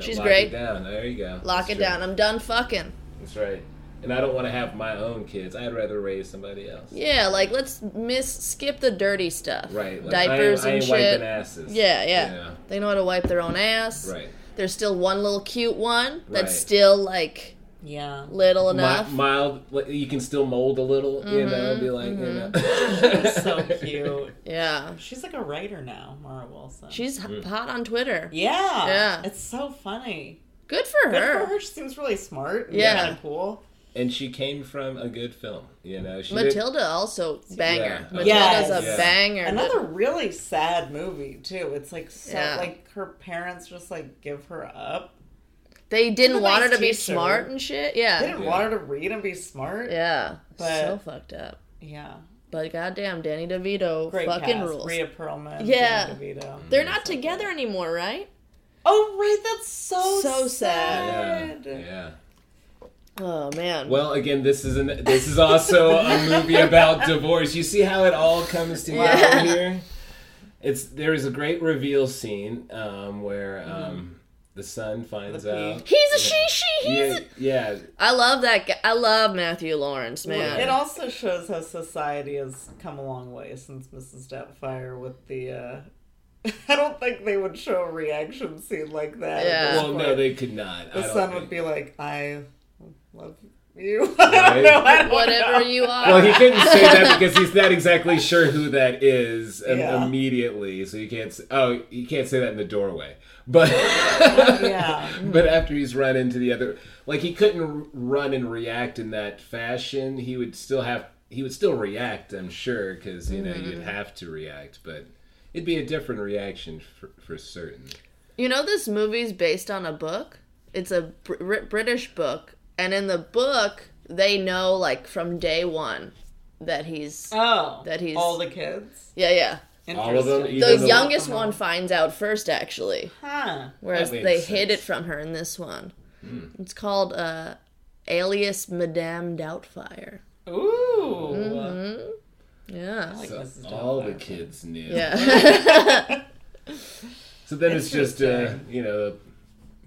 S2: she's
S3: Lock
S2: great.
S3: It down. There you go.
S2: lock
S3: That's
S2: it
S3: true.
S2: down. I'm done fucking.
S3: That's right. And I don't want to have my own kids. I'd rather raise somebody else.
S2: Yeah, like let's miss skip the dirty stuff.
S3: Right. Like,
S2: diapers and
S3: I ain't, I ain't
S2: shit.
S3: wiping asses.
S2: Yeah, yeah,
S3: You know?
S2: They know how to wipe their own ass.
S3: Right.
S2: There's still one little cute one that's
S3: Right.
S2: still like
S4: Yeah.
S2: little
S3: Mi-
S2: enough.
S3: mild. like, You can still mold a little. You know. Be like. You know.
S4: Mm-hmm, So cute.
S2: yeah,
S4: She's like a writer now, Mara Wilson.
S2: she's
S3: Mm.
S2: h hot on Twitter.
S4: yeah.
S2: Yeah.
S4: It's so funny.
S2: Good for
S4: Good
S2: her.
S4: for her. She seems really smart. And
S2: Yeah.
S4: Kind of cool.
S3: and she came from a good film. You know. She did-
S2: Matilda also banger.
S3: Yeah.
S2: Matilda's a
S4: Yes.
S2: banger. but-
S4: Another really sad movie too. It's like so
S2: Yeah.
S4: like her parents just like give her up.
S2: They didn't
S4: She's a
S2: want her
S4: nice
S2: to be
S4: teacher.
S2: smart and shit.
S4: They
S2: Yeah.
S4: didn't
S3: Yeah.
S4: want her to read and be smart.
S2: Yeah.
S4: But-
S2: so fucked up.
S4: Yeah.
S2: But goddamn, Danny DeVito
S4: Great
S2: fucking
S4: cast.
S2: rules.
S4: Rhea Perlman.
S2: Yeah.
S4: Danny DeVito.
S2: They're not together anymore, right?
S4: Oh right, that's so
S2: So
S3: Yeah.
S4: sad.
S3: Yeah.
S2: Oh man.
S3: Well, again, this is an this is also a movie about divorce. You see how it all comes together
S2: Yeah.
S3: here. It's there is a great reveal scene um, where um, the son finds
S4: Mm-hmm. The
S3: out.
S2: He's a she she. He's.
S3: Yeah,
S2: A...
S3: yeah,
S2: I love that. Guy. I love Matthew Lawrence, man.
S4: It also shows how society has come a long way since Mrs. Doubtfire with the. Uh, I don't think they would show a reaction scene like that. at
S2: Yeah.
S4: this
S3: Well, no,
S4: point.
S3: they could not. I
S4: the
S3: don't
S4: son
S3: think-
S4: would be like, "I love you." I
S3: Right.
S4: don't know. I don't
S2: Whatever
S4: know.
S2: you are.
S3: Well, he couldn't say that because he's not exactly sure who that is um,
S4: Yeah.
S3: immediately. So you can't. s oh, you can't say that in the doorway. But
S4: Yeah.
S3: but after he's run into the other, like he couldn't r- run and react in that fashion. He would still have. He would still react. I'm sure because you know you'd have to react, but it'd be a different reaction for, for certain.
S2: You know, this movie's based on a book. It's a Br- British book, and in the book, they know like from day one that he's
S4: Oh,
S2: That he's-
S4: all the kids.
S2: yeah yeah.
S3: All of them,
S4: Interesting.
S3: even
S2: The
S3: though-
S2: youngest
S4: Uh-huh.
S2: one finds out first, actually,
S4: Huh.
S2: whereas
S3: That makes
S2: they hid
S3: sense.
S2: it from her in this one. It's called uh, Alias Madame Doubtfire.
S4: Ooh.
S2: Mm-hmm. Yeah,
S4: Like
S3: So
S4: Mrs.
S3: all the
S4: Doubtfire.
S3: kids knew.
S2: yeah.
S3: So then it's just uh,
S4: Interesting.
S3: you know,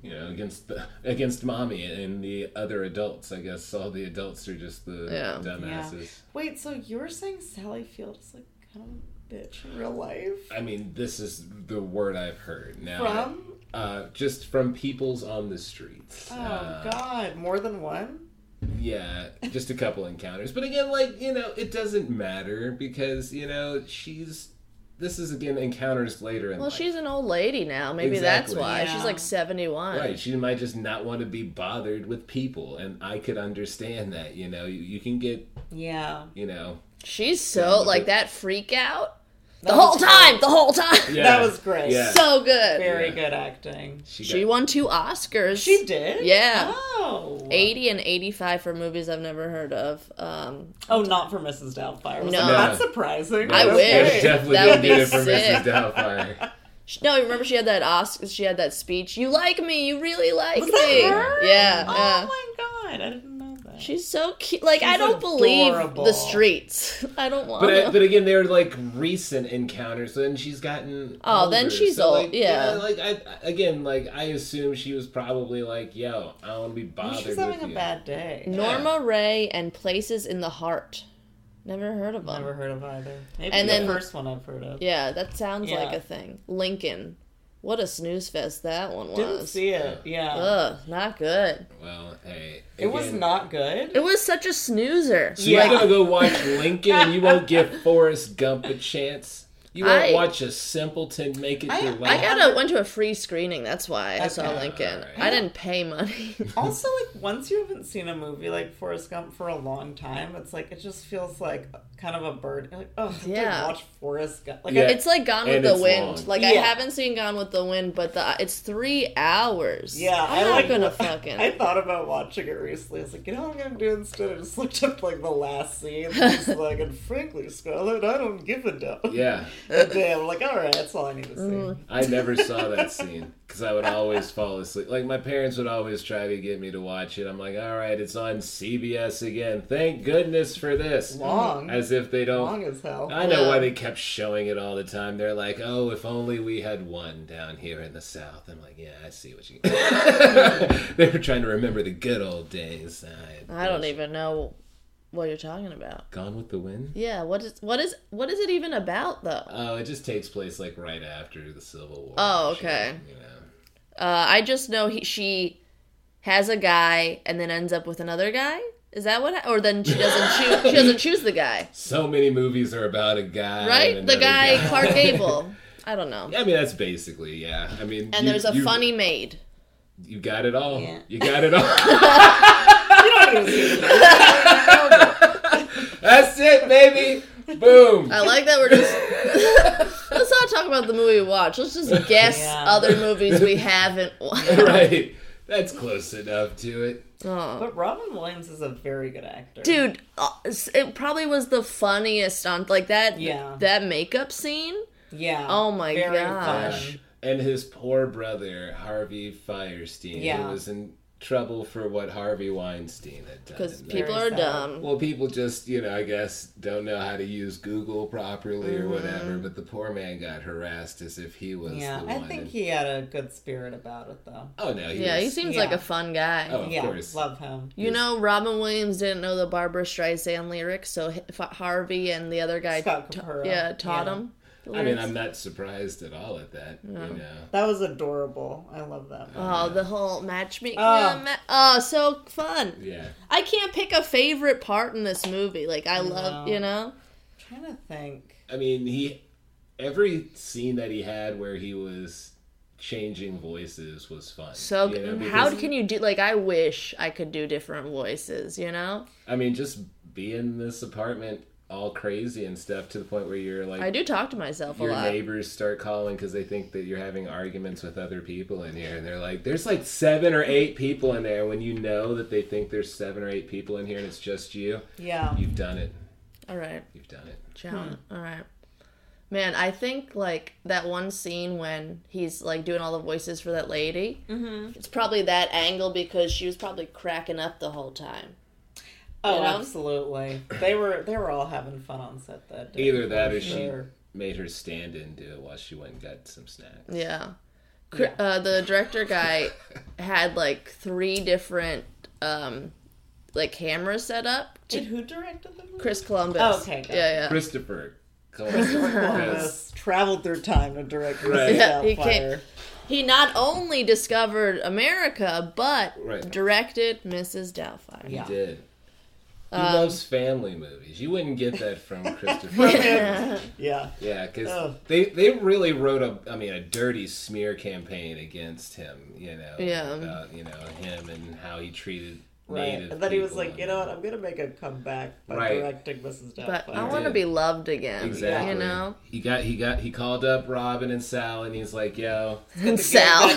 S3: you know, against the, against mommy and the other adults. I guess all the adults are just the
S2: Yeah.
S3: dumbasses.
S4: Wait, so you were saying Sally Field is like kind of a bitch in real life?
S3: I mean, this is the word I've heard now.
S4: From?
S3: Uh, just from peoples on the streets.
S4: Oh
S3: Uh,
S4: God, more than one.
S3: yeah, just a couple encounters. But again, like you know, it doesn't matter because you know she's. This is again encounters later in
S2: well,
S3: life.
S2: she's an old lady now. Maybe
S3: Exactly.
S2: that's why
S4: Yeah.
S2: she's like seventy-one.
S3: Right, she might just not want to be bothered with people, and I could understand that. You know, you, you can get,
S4: Yeah.
S3: you know,
S2: She's
S3: Yeah,
S2: so
S3: look
S2: like
S3: at-
S2: that freak out the
S4: That
S2: whole
S4: was
S2: time. The whole time.
S3: Yeah.
S4: That was great.
S3: Yeah.
S2: So good.
S4: Very
S3: Yeah.
S4: good acting.
S3: She,
S2: She
S3: got,
S2: won two Oscars.
S4: She did.
S2: Yeah.
S4: Oh.
S2: 80 and 85 for movies I've never heard of. Um,
S4: Oh, not for Mrs. Doubtfire.
S2: No.
S4: No, that's surprising.
S2: I
S4: Okay.
S2: wish.
S3: definitely
S2: That
S3: didn't
S2: would be
S3: get it from
S2: sick.
S3: Mrs. Doubtfire.
S2: sh- no, remember she had that Oscar. She had that speech. You like me. You really like
S4: Was that
S2: me.
S4: her?
S2: Yeah. yeah.
S4: Oh my god, I didn't know that.
S2: She's so cute. Like I
S4: She's
S2: don't believe
S4: adorable.
S2: the streets. I don't want.
S3: But, uh,
S2: to.
S3: but again, they're like recent encounters, and she's gotten.
S2: Oh, then
S3: older.
S2: she's
S3: So,
S2: old,
S3: like,
S2: yeah.
S3: Like I again, like I assume she was probably like, "Yo, I don't want to be bothered."
S4: She's
S3: with
S4: having a
S3: you.
S4: bad day.
S2: Norma Ray and Places in the Heart. Never heard of them.
S4: Never heard of either. Maybe
S2: And
S4: the
S2: then-
S4: first one I've heard of.
S2: Yeah, that sounds
S4: Yeah.
S2: like a thing. Lincoln. What a snooze fest that one was.
S4: Didn't see it. Yeah.
S2: Ugh, not good.
S3: Well, hey,
S4: It was
S3: again,
S4: not good.
S2: It was such a snoozer.
S3: So you're
S4: Yeah.
S3: gonna go watch Lincoln, and you won't give Forrest Gump a chance. You won't
S2: I-
S3: watch a simpleton make it
S4: I-
S3: through
S2: I
S3: life.
S2: got a, went to a free screening. That's why I saw
S4: Okay.
S2: Lincoln.
S3: Alright.
S2: I didn't pay money.
S4: Also, like once you haven't seen a movie like Forrest Gump for a long time, it's like it just feels like kind of a bird. You're like, oh,
S2: Yeah.
S4: yeah. watch Forrest Gump. Like,
S3: Yeah.
S4: I,
S2: it's like Gone
S3: And
S2: with the
S3: it's
S2: Wind.
S3: long.
S2: Like I
S4: Yeah.
S2: haven't seen Gone with the Wind, but the it's three hours.
S4: yeah,
S2: I'm
S4: I,
S2: not
S4: like,
S2: gonna fucking.
S4: I thought about watching it recently. I was like, you know what I'm gonna do instead? I just looked up like the last scene. It's like, and frankly, Scarlett, I don't give a damn.
S3: yeah,
S4: Damn, like all right, that's all I need to see.
S2: Mm.
S3: I never saw that scene because I would always fall asleep. Like my parents would always try to get me to watch it. I'm like, all right, it's on CBS again. Thank goodness for this.
S4: Long,
S3: As if they don't.
S4: long as hell.
S3: I know
S2: Yeah.
S3: why they kept showing it all the time. They're like, oh, if only we had one down here in the South. I'm like, yeah, I see what you. they were trying to remember the good old days.
S2: I don't even know what you're talking about.
S3: Gone with the Wind.
S2: Yeah, what is what is what is it even about though?
S3: Oh, it just takes place like right after the Civil War.
S2: Oh,
S3: and shit,
S2: okay.
S3: you know.
S2: Uh, I just know he, she has a guy and then ends up with another guy. Is that what? ha- Or then she doesn't choose. She doesn't choose the guy,
S3: So many movies are about a guy.
S2: right?
S3: and
S2: The
S3: another
S2: guy Clark Gable. I don't know.
S3: I mean, that's basically yeah. I mean,
S2: And
S3: you-
S2: there's a
S3: you-
S2: funny maid.
S3: You got it all.
S4: Yeah.
S3: You got it all.
S4: I don't need to see the movie.
S3: that's it, baby. Boom.
S2: I like that we're just. Let's not talk about the movie we watch. Let's just guess
S4: Yeah.
S2: other movies we haven't watched.
S3: right. That's close enough to it.
S2: Oh.
S4: But Robin Williams is a very good actor.
S2: Dude, uh, it probably was the funniest on like that.
S4: Yeah.
S2: That makeup scene.
S4: Yeah.
S2: Oh my
S4: Very
S2: gosh.
S4: fun.
S3: And his poor brother Harvey Firestein,
S4: Yeah.
S3: who was in trouble for what Harvey Weinstein had done.
S2: because
S3: And, like,
S2: people
S4: Very
S2: are
S4: sad.
S2: dumb.
S3: well, people just, you know, I guess don't know how to use Google properly
S2: Mm-hmm.
S3: or whatever, but the poor man got harassed as if he was
S4: Yeah,
S3: the one.
S4: I think
S3: and-
S4: he had a good spirit about it though.
S3: oh, no. He
S2: Yeah,
S3: was,
S2: he seems like
S4: yeah.
S2: a fun guy.
S3: Oh, of
S4: yeah,
S3: course.
S4: love him.
S2: You know, Robin Williams didn't know the Barbara Streisand lyrics, so H- F- Harvey and the other guy,
S4: Scott
S2: ta-
S4: Capurro.
S2: yeah, taught
S4: Yeah.
S2: him. the
S3: I mean,
S2: lyrics.
S3: I'm not surprised at all at that, you know.
S4: That was adorable. I love that.
S2: Oh, the whole matchmaking.
S4: Oh.
S2: Oh. oh, so fun.
S3: Yeah.
S2: I can't pick a favorite part in this movie. Like, I love,
S4: No.
S2: you know?
S4: trying to think.
S3: I mean, he every scene that he had where he was changing voices was fun.
S2: So,
S3: you know,
S2: how
S3: because-
S2: can you do, like, I wish I could do different voices, you know?
S3: I mean, just be in this apartment all crazy and stuff to the point where you're like
S2: I do talk to myself a
S3: your
S2: lot.
S3: neighbors start calling because they think that you're having arguments with other people in here, and they're like, "There's like seven or eight people in there." When you know that they think there's seven or eight people in here, and it's just you,
S4: Yeah.
S3: you've done it.
S2: All right.
S3: You've done it.
S2: John. All right. Man, I think like that one scene when he's like doing all the voices for that lady. Mm-hmm. It's probably that angle because she was probably cracking up the whole time.
S4: Oh,
S2: You know?
S4: absolutely. They were they were all having fun on set that day.
S3: Either that,
S4: for
S3: or she
S4: sure.
S3: made her stand in do it while she went and got some snacks.
S2: Yeah. Cr- Uh, the director guy had like three different um like cameras set up.
S4: Did who directed the movie?
S2: Chris Columbus.
S4: Oh, okay, gotcha.
S2: Yeah, yeah.
S3: Christopher Columbus. Yes.
S4: Columbus traveled through time to direct this
S3: Right.
S2: Yeah, he
S4: Doubtfire.
S2: He not only discovered America, but
S3: Right.
S2: directed Mrs. Doubtfire.
S4: Yeah.
S3: He did. He loves family movies. You wouldn't get that from Christopher.
S4: Yeah.
S3: yeah, because
S4: Oh.
S3: they, they really wrote a I mean a dirty smear campaign against him. You know,
S2: Yeah.
S3: about, you know him and how he treated
S4: Right.
S3: native.
S4: and then he was
S3: people
S4: like,
S3: and-
S4: you know what, I'm gonna make a comeback by
S3: Right.
S4: directing Mrs. Doubtfire.
S2: But I want to
S3: did.
S2: be loved again.
S3: Exactly.
S2: You know?
S3: he got he got he called up Robin and Sal and he's like, "Yo,
S2: And Sal.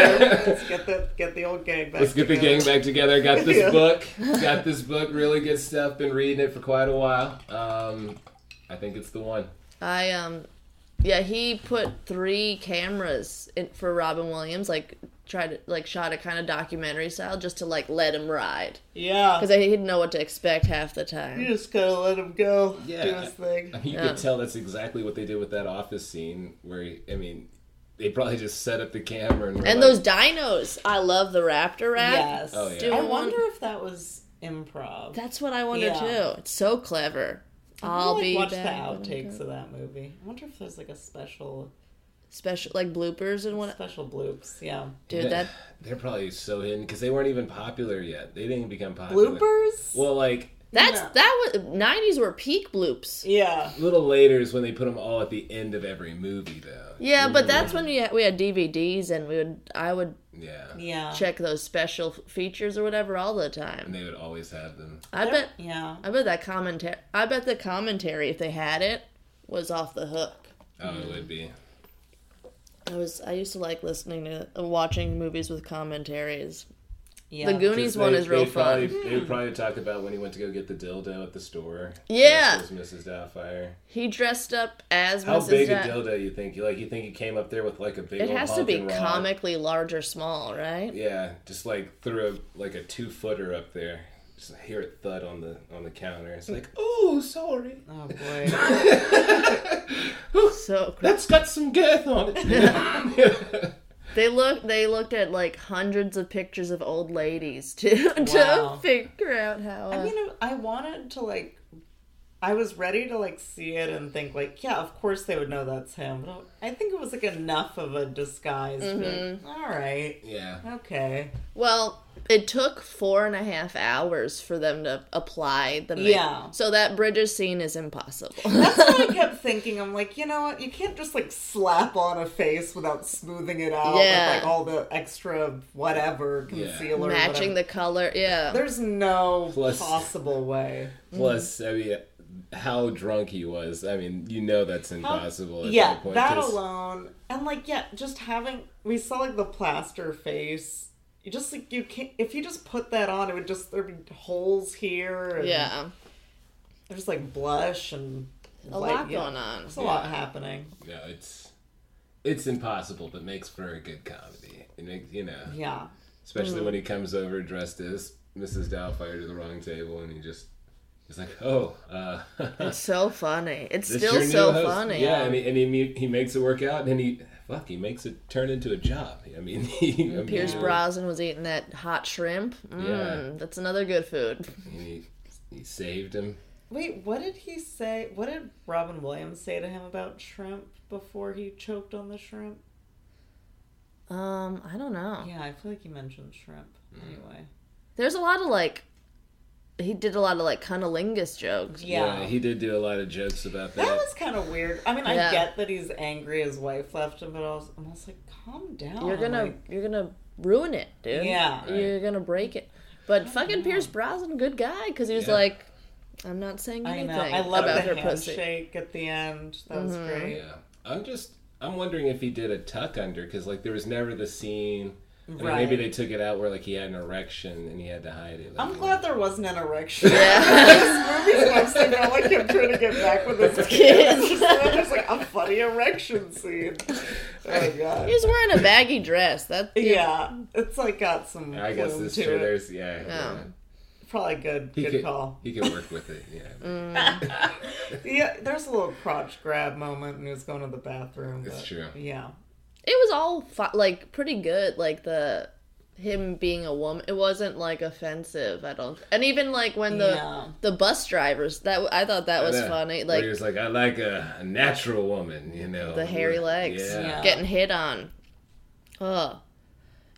S4: Let's get the get the old gang back.
S3: let's get the
S4: together.
S3: gang back together." Got this
S4: Yeah.
S3: book, got this book, really good stuff. Been reading it for quite a while. Um, I think it's the one.
S2: I um yeah, he put three cameras in for Robin Williams, like tried to like shot a kind of documentary style just to like let him ride
S4: Yeah.
S2: because he didn't know what to expect half the
S4: You
S2: time.
S4: just gotta let him go.
S3: Yeah.
S4: Do his thing.
S3: I mean, you
S2: Yeah.
S3: could tell that's exactly what they did with that office scene where I mean, they probably just set up the camera and, were
S2: And
S3: like,
S2: those dinos, I love the raptor rap.
S4: Yes.
S3: Oh, yeah.
S2: Do
S4: I
S2: one-
S4: wonder if that was improv.
S2: That's what I wonder
S4: Yeah.
S2: too. It's so clever. I'll
S4: like,
S2: be
S4: watch the
S2: back when I'm
S4: outtakes
S2: done.
S4: of that movie. I wonder if there's like a special
S2: special like bloopers and what.
S4: special bloops. Yeah,
S2: Dude, that
S3: They're probably so hidden because they weren't even popular yet. They didn't become popular.
S4: bloopers.
S3: Well, like
S2: that's
S4: No.
S2: that was '90s were peak bloops.
S4: yeah,
S3: a little later is when they put them all at the end of every movie, though.
S2: Yeah, but that's when we had, we had DVDs and we would I would
S3: Yeah.
S4: yeah,
S2: Uh-huh. check those special f- features or whatever all the
S3: And
S2: time.
S3: they would always have them.
S2: I bet
S4: yeah.
S2: I bet that commentary I bet the commentary if they had it was off the hook.
S3: Oh, it would be.
S2: I was I used to like listening to uh, watching movies with commentaries.
S4: yeah.
S2: The Goonies one
S3: They-
S2: is real
S3: they'd probably-
S2: fun.
S3: They would probably talk about when he went to go get the dildo at the store.
S2: Yeah.
S3: This was Mrs. Doubtfire.
S2: He dressed up as
S3: How
S2: Mrs.
S3: big
S2: Da-
S3: a dildo you think? You like? You think he came up there with like a big?
S2: It
S3: old
S2: has to be
S3: honking rod?
S2: comically large or small, right?
S3: Yeah, just like threw a, like a two footer up there. Just hear it thud on the on the counter. It's like, oh, sorry,
S4: oh boy,
S2: So cr-
S3: that's got some girth on it.
S2: they look they looked at like hundreds of pictures of old ladies to to
S4: Wow.
S2: figure out how. uh,
S4: I mean, I wanted to like, I was ready to like see it and think like, yeah, of course they would know that's him. But I think it was like enough of a disguise. to be like,
S2: Mm-hmm.
S4: All right,
S3: yeah,
S4: okay,
S2: Well, it took four and a half hours for them to apply the makeup.
S4: Yeah.
S2: So that Bridges scene is impossible.
S4: That's what I kept thinking. I'm like, you know what? You can't just like slap on a face without smoothing it out
S2: Yeah.
S4: with like all the extra whatever concealer.
S2: Matching the color, yeah.
S4: There's no
S3: Plus-
S4: possible way.
S3: plus I mean, how drunk he was. I mean, you know that's impossible. at
S4: yeah,
S3: that, point.
S4: that
S3: 'cause-
S4: alone, and like yeah, just having we saw like the plaster face. You just like you can't if you just put that on, it would just there'd be holes here. And
S2: yeah.
S4: there's like blush and
S2: A lot going on.
S4: There's a lot happening.
S3: No, it's it's impossible, but makes for a good comedy. It makes you know.
S4: Yeah.
S2: Mm.
S3: especially when he comes over dressed as Mrs. Doubtfire to the wrong table, and he just he's like, "Oh, uh,
S2: It's so funny. It's
S3: this
S2: still
S3: your new
S2: so
S3: host?
S2: funny.
S3: Yeah, and he and he, mu- he makes it work out, and he fuck, he makes it turn into a job. I mean, he, I mean,
S2: Pierce
S3: he-
S2: Brosnan was eating that hot shrimp. Mm,
S3: Yeah.
S2: That's another good food.
S3: He, he saved him.
S4: Wait, what did he say? What did Robin Williams say to him about shrimp before he choked on the shrimp?
S2: Um, I don't know.
S4: Yeah, I feel like he mentioned shrimp.
S3: Mm.
S4: Anyway.
S2: There's a lot of like, he did a lot of like cunnilingus jokes.
S4: Yeah.
S3: he did do a lot of jokes about that.
S4: that was kind of weird. I mean,
S2: Yeah.
S4: I get that he's angry his wife left him, but I was, I was like, calm down.
S2: You're gonna
S4: Oh, like,
S2: you're gonna ruin it, dude.
S4: Yeah. Right.
S2: You're gonna break it. But fucking Pierce Brosnan, good guy, because he was
S3: Yeah.
S2: like, I'm not saying
S4: I
S2: anything
S4: know. I love
S2: about
S4: the
S2: her pussy.
S4: handshake at the end. That was great.
S3: Yeah, I'm just I'm wondering if he did a tuck under because like there was never the scene. I mean,
S4: Right.
S3: maybe they took it out where like he had an erection and he had to hide it.
S4: I'm
S3: Like,
S4: glad there wasn't an erection.
S2: Yeah.
S4: This movie's mostly about like him trying to get back with his kids. It's just like, there's like a funny erection scene. Oh my god.
S2: he was wearing a baggy dress. That
S4: Yeah, it's like got some.
S3: I guess
S4: bloom
S3: this
S4: to
S3: sure
S4: it.
S3: there's yeah. yeah.
S4: probably good.
S3: He
S4: good
S3: could
S4: call. Mm.
S3: he could work with it. Yeah.
S4: Yeah, there's a little crotch grab moment, and he was going to the bathroom.
S3: It's
S4: but-
S3: true.
S4: Yeah,
S2: it was all fi- like pretty good like the him being a woman it wasn't like offensive i don't and even like when the
S4: Yeah.
S2: the bus drivers that i thought that was
S3: Yeah.
S2: funny
S3: Where
S2: like
S3: he was like, I like a, a natural woman, you know,
S2: the hairy legs
S3: Yeah.
S4: Yeah.
S2: getting hit on oh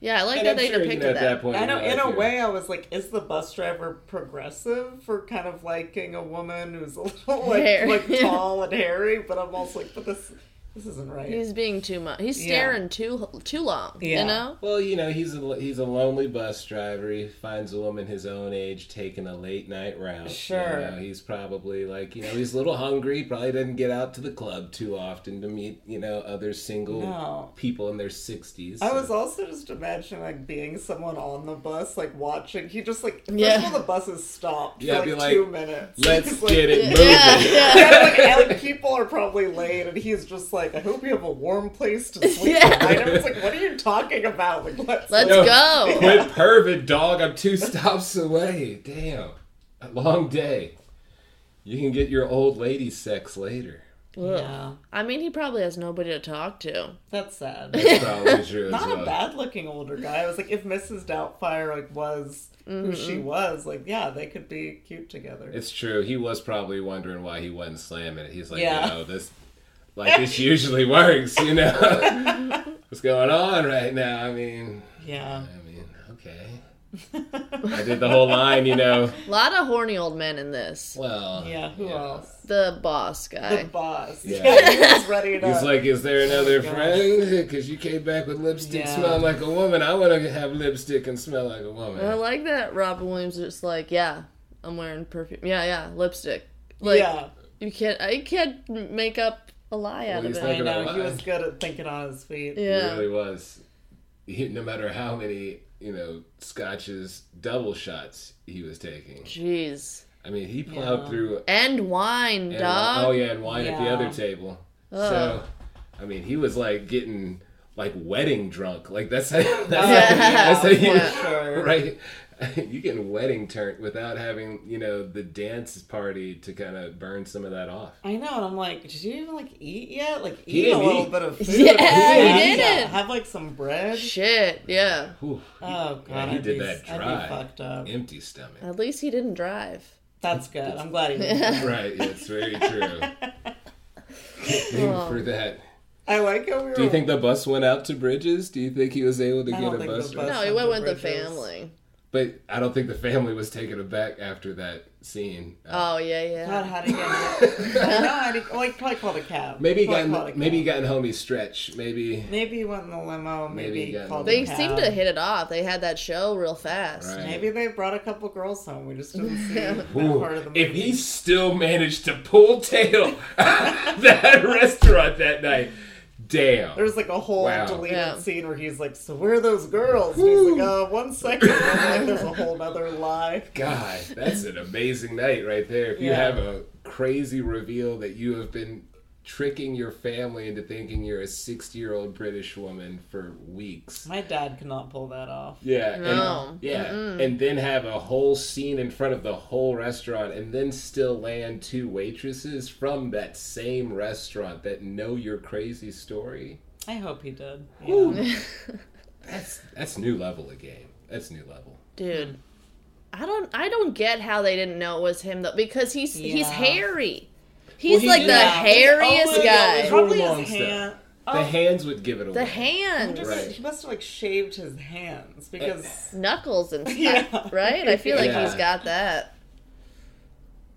S2: yeah i like
S3: And
S2: that
S3: I'm
S2: they
S3: sure, you know,
S2: depicted
S3: at
S2: that,
S3: that point,
S4: I know.
S3: you know,
S4: In a
S3: if you-
S4: way, I was like, "Is the bus driver progressive for kind of liking a woman who's a little like,
S2: Hairy.
S4: like tall and hairy?" But I'm also like, "But this, this isn't right."
S2: he's being too much he's
S4: Yeah.
S2: staring too too long you
S4: Yeah.
S2: know
S3: Well, you know, he's a he's a lonely bus driver. He finds a woman his own age taking a late night route.
S4: Sure.
S3: You know, he's probably like, you know, he's a little hungry. Probably doesn't get out to the club too often to meet, you know, other single
S4: No.
S3: people in their sixties.
S4: I was also just imagining like being someone on the bus, like watching. He just like first
S2: Yeah.
S4: of all, the bus is stopped
S3: Yeah,
S4: for
S3: be
S4: like,
S3: like,
S4: two minutes.
S3: Let's
S4: He's like,
S3: get it moving.
S2: yeah yeah
S4: and, like, and, like, people are probably late, and he's just like, "I hope you have a warm place to sleep
S2: Yeah.
S4: tonight." And it's like, "What are you talking about?" Like, let's,
S2: let's
S3: No.
S2: go
S3: Quit pervert, dog. I'm two stops away. Damn, a long day. You can get your old lady sex later.
S2: Ugh. i mean he probably has nobody to talk to
S4: that's sad.
S3: That's probably true as
S4: Not
S3: well.
S4: a bad-looking older guy. I was like, if Mrs. Doubtfire like was
S2: Mm-hmm.
S4: who she was, like, yeah, they could be cute together.
S3: It's true. He was probably wondering why he wasn't slamming it. He's like,
S4: Yeah.
S3: you know, this, like, this usually works, you know? What's going on right now? I mean,
S4: yeah,
S3: I mean, okay. I did the whole line, you know.
S2: a lot of horny old men in this
S3: Well,
S4: yeah. Who else?
S2: the boss
S4: The
S2: guy
S4: boss.
S3: Yeah.
S4: Yeah, he was ready to.
S3: He's like, is there another
S4: Oh gosh.
S3: friend? Because you came back with lipstick
S4: Yeah.
S3: smelling like a woman. I want to have lipstick and smell like a woman.
S2: I like that Robin Williams is just like, yeah, I'm wearing perfume. Yeah, yeah, lipstick. Like
S4: yeah,
S2: you can't, I can't make up a lie out
S3: he's
S2: of
S3: like-
S2: it.
S4: I know. He
S3: Why?
S4: was good at thinking on his feet.
S3: It
S2: Yeah,
S3: really was. He- no matter how many, you know, scotches, double shots he was taking.
S2: jeez.
S3: I mean, he plowed
S4: Yeah.
S3: through
S2: And wine,
S3: And wi-
S2: dog.
S3: oh yeah, and wine at the
S4: Yeah.
S3: other table. So, I mean, he was like getting like wedding drunk. Like that's how, that's,
S2: Yeah.
S3: how, that's how you
S2: Yeah.
S4: Sure.
S3: right. You getting wedding turned without having you know the dance party to kind of burn some of that off.
S4: I know, and I'm like, did you even like eat yet? Like
S3: He
S4: eat a
S3: didn't
S4: little
S3: eat.
S4: bit of food.
S2: Yeah, he
S4: Yeah.
S2: didn't.
S4: Have like some bread.
S2: Shit. Yeah.
S3: Whew.
S4: Oh god,
S3: Yeah, he
S4: I'd
S3: did
S4: be-
S3: that
S4: I'd be
S3: dry.
S4: fucked up.
S3: Empty stomach.
S2: At least he didn't drive.
S4: That's good. I'm glad he. Did.
S3: right. Yeah, it's very true. Thank you for that.
S4: I like how we were.
S3: Do you think the bus went out to Bridges? Do you think he was able to get
S4: I don't
S3: a
S4: think
S3: bus?
S4: the
S3: ride?
S4: bus-
S2: No, he
S4: on
S2: went
S4: the
S2: with the
S4: bridges.
S2: family.
S3: But I don't think the family was taken aback after that scene.
S2: Oh yeah, yeah.
S4: God, how do you? I know how do. you- Like probably called a cab.
S3: Maybe he
S4: Probably
S3: got in,
S4: called a cab.
S3: maybe he got in homie stretch. Maybe
S4: Maybe he went in the limo. Maybe,
S3: Maybe he
S4: he
S3: got in
S4: called.
S3: the
S2: they
S4: a cab.
S2: seemed to hit it off. They had that show real fast.
S3: Right.
S4: Maybe they brought a couple girls home. We just didn't see that
S3: Ooh,
S4: part of the movie.
S3: if he still managed to pull tail that restaurant that night, damn.
S4: There's like a whole
S3: Wow.
S4: deleted
S2: Yeah.
S4: scene where he's like, "So where are those girls?" And he's like, "Uh, one second. And then, like, there's a whole other lie.
S3: God, that's an amazing night right there. If you
S4: Yeah.
S3: have a crazy reveal that you have been tricking your family into thinking you're a 60 year old British woman for weeks.
S4: My dad cannot pull that off.
S3: Yeah,
S2: No.
S3: and, yeah, and then have a whole scene in front of the whole restaurant, and then still land two waitresses from that same restaurant that know your crazy story.
S4: I hope he did. Yeah.
S3: That's that's new level of game. That's new level.
S4: Hmm.
S2: Dude, I don't I don't get how they didn't know it was him though because he's he's
S4: Yeah.
S2: hairy. He's
S3: he
S2: like the
S3: did that.
S4: Oh,
S2: hairiest
S4: yeah,
S2: guy.
S3: was
S4: Probably
S3: Long
S4: his
S3: stuff.
S4: hand.
S3: The
S4: Oh,
S3: hands would give it away.
S2: The hand,
S4: just-
S3: Right.
S4: He must have like shaved his hands because
S2: knuckles and stuff,
S4: Yeah.
S2: right? I feel like
S3: Yeah.
S2: he's got that.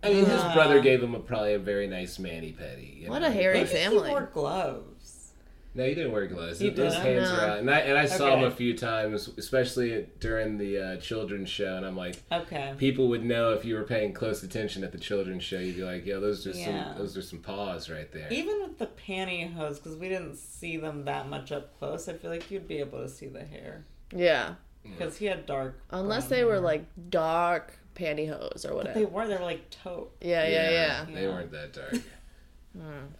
S3: I mean, his
S4: Yeah.
S3: brother gave him a, probably a very nice mani pedi. you
S2: What
S3: know?
S2: a hairy
S4: maybe
S2: family.
S4: he wore gloves.
S3: No, he didn't wear gloves.
S4: He
S3: Those
S4: didn't?
S3: hands were
S2: No.
S3: out, and I and I saw him a
S4: Okay.
S3: few times, especially during the uh, children's show, and I'm like.
S4: Okay.
S3: People would know if you were paying close attention at the children's show. You'd be like, "Yo, those are
S4: Yeah.
S3: some those are some paws right there."
S4: Even with the pantyhose, because we didn't see them that much up close, I feel like you'd be able to see the hair
S2: Yeah,
S4: because he had dark.
S2: unless
S4: brown
S2: they were
S4: hair.
S2: like dark pantyhose or whatever.
S4: they were they were like taupe.
S2: yeah, yeah, yeah. Hmm.
S3: They
S4: Yeah.
S3: weren't that dark.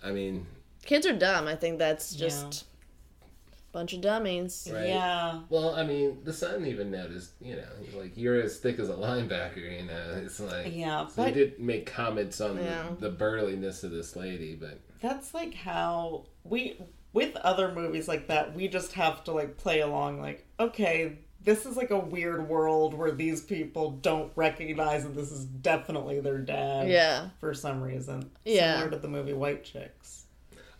S3: I mean,
S2: Kids are dumb. I think that's
S4: Yeah.
S2: just a bunch of dummies.
S3: Right.
S4: Yeah,
S3: well, I mean, the son even noticed. You know, like you're as thick as a linebacker. You know, it's like
S4: yeah,
S3: So they
S4: but
S3: did make comments on
S2: Yeah.
S3: the, the burliness of this lady, but
S4: that's like how we with other movies like that we just have to like play along like okay this is like a weird world where these people don't recognize that this is definitely their dad
S2: Yeah.
S4: for some reason
S2: Yeah.
S4: similar to the movie white chicks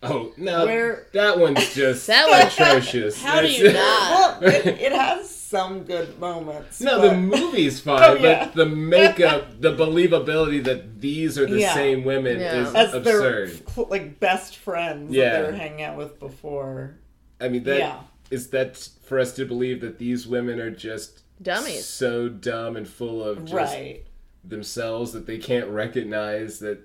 S3: oh no,
S4: Where-
S3: that one's just
S2: That one-
S3: atrocious.
S2: How do
S3: That's-
S2: you not?
S4: well it, it has some good moments
S3: No,
S4: but Oh,
S3: the movie's fine,
S4: yeah.
S3: but the makeup, the believability that these are the
S4: Yeah.
S3: same women
S2: Yeah.
S3: is
S4: as their
S3: absurd.
S4: cl- like best friends
S3: Yeah.
S4: that they were hanging out with before
S3: I mean, that is
S4: Yeah.
S3: that for us to believe that these women are just
S2: Dummies.
S3: so dumb and full of just
S4: right
S3: themselves that they can't recognize that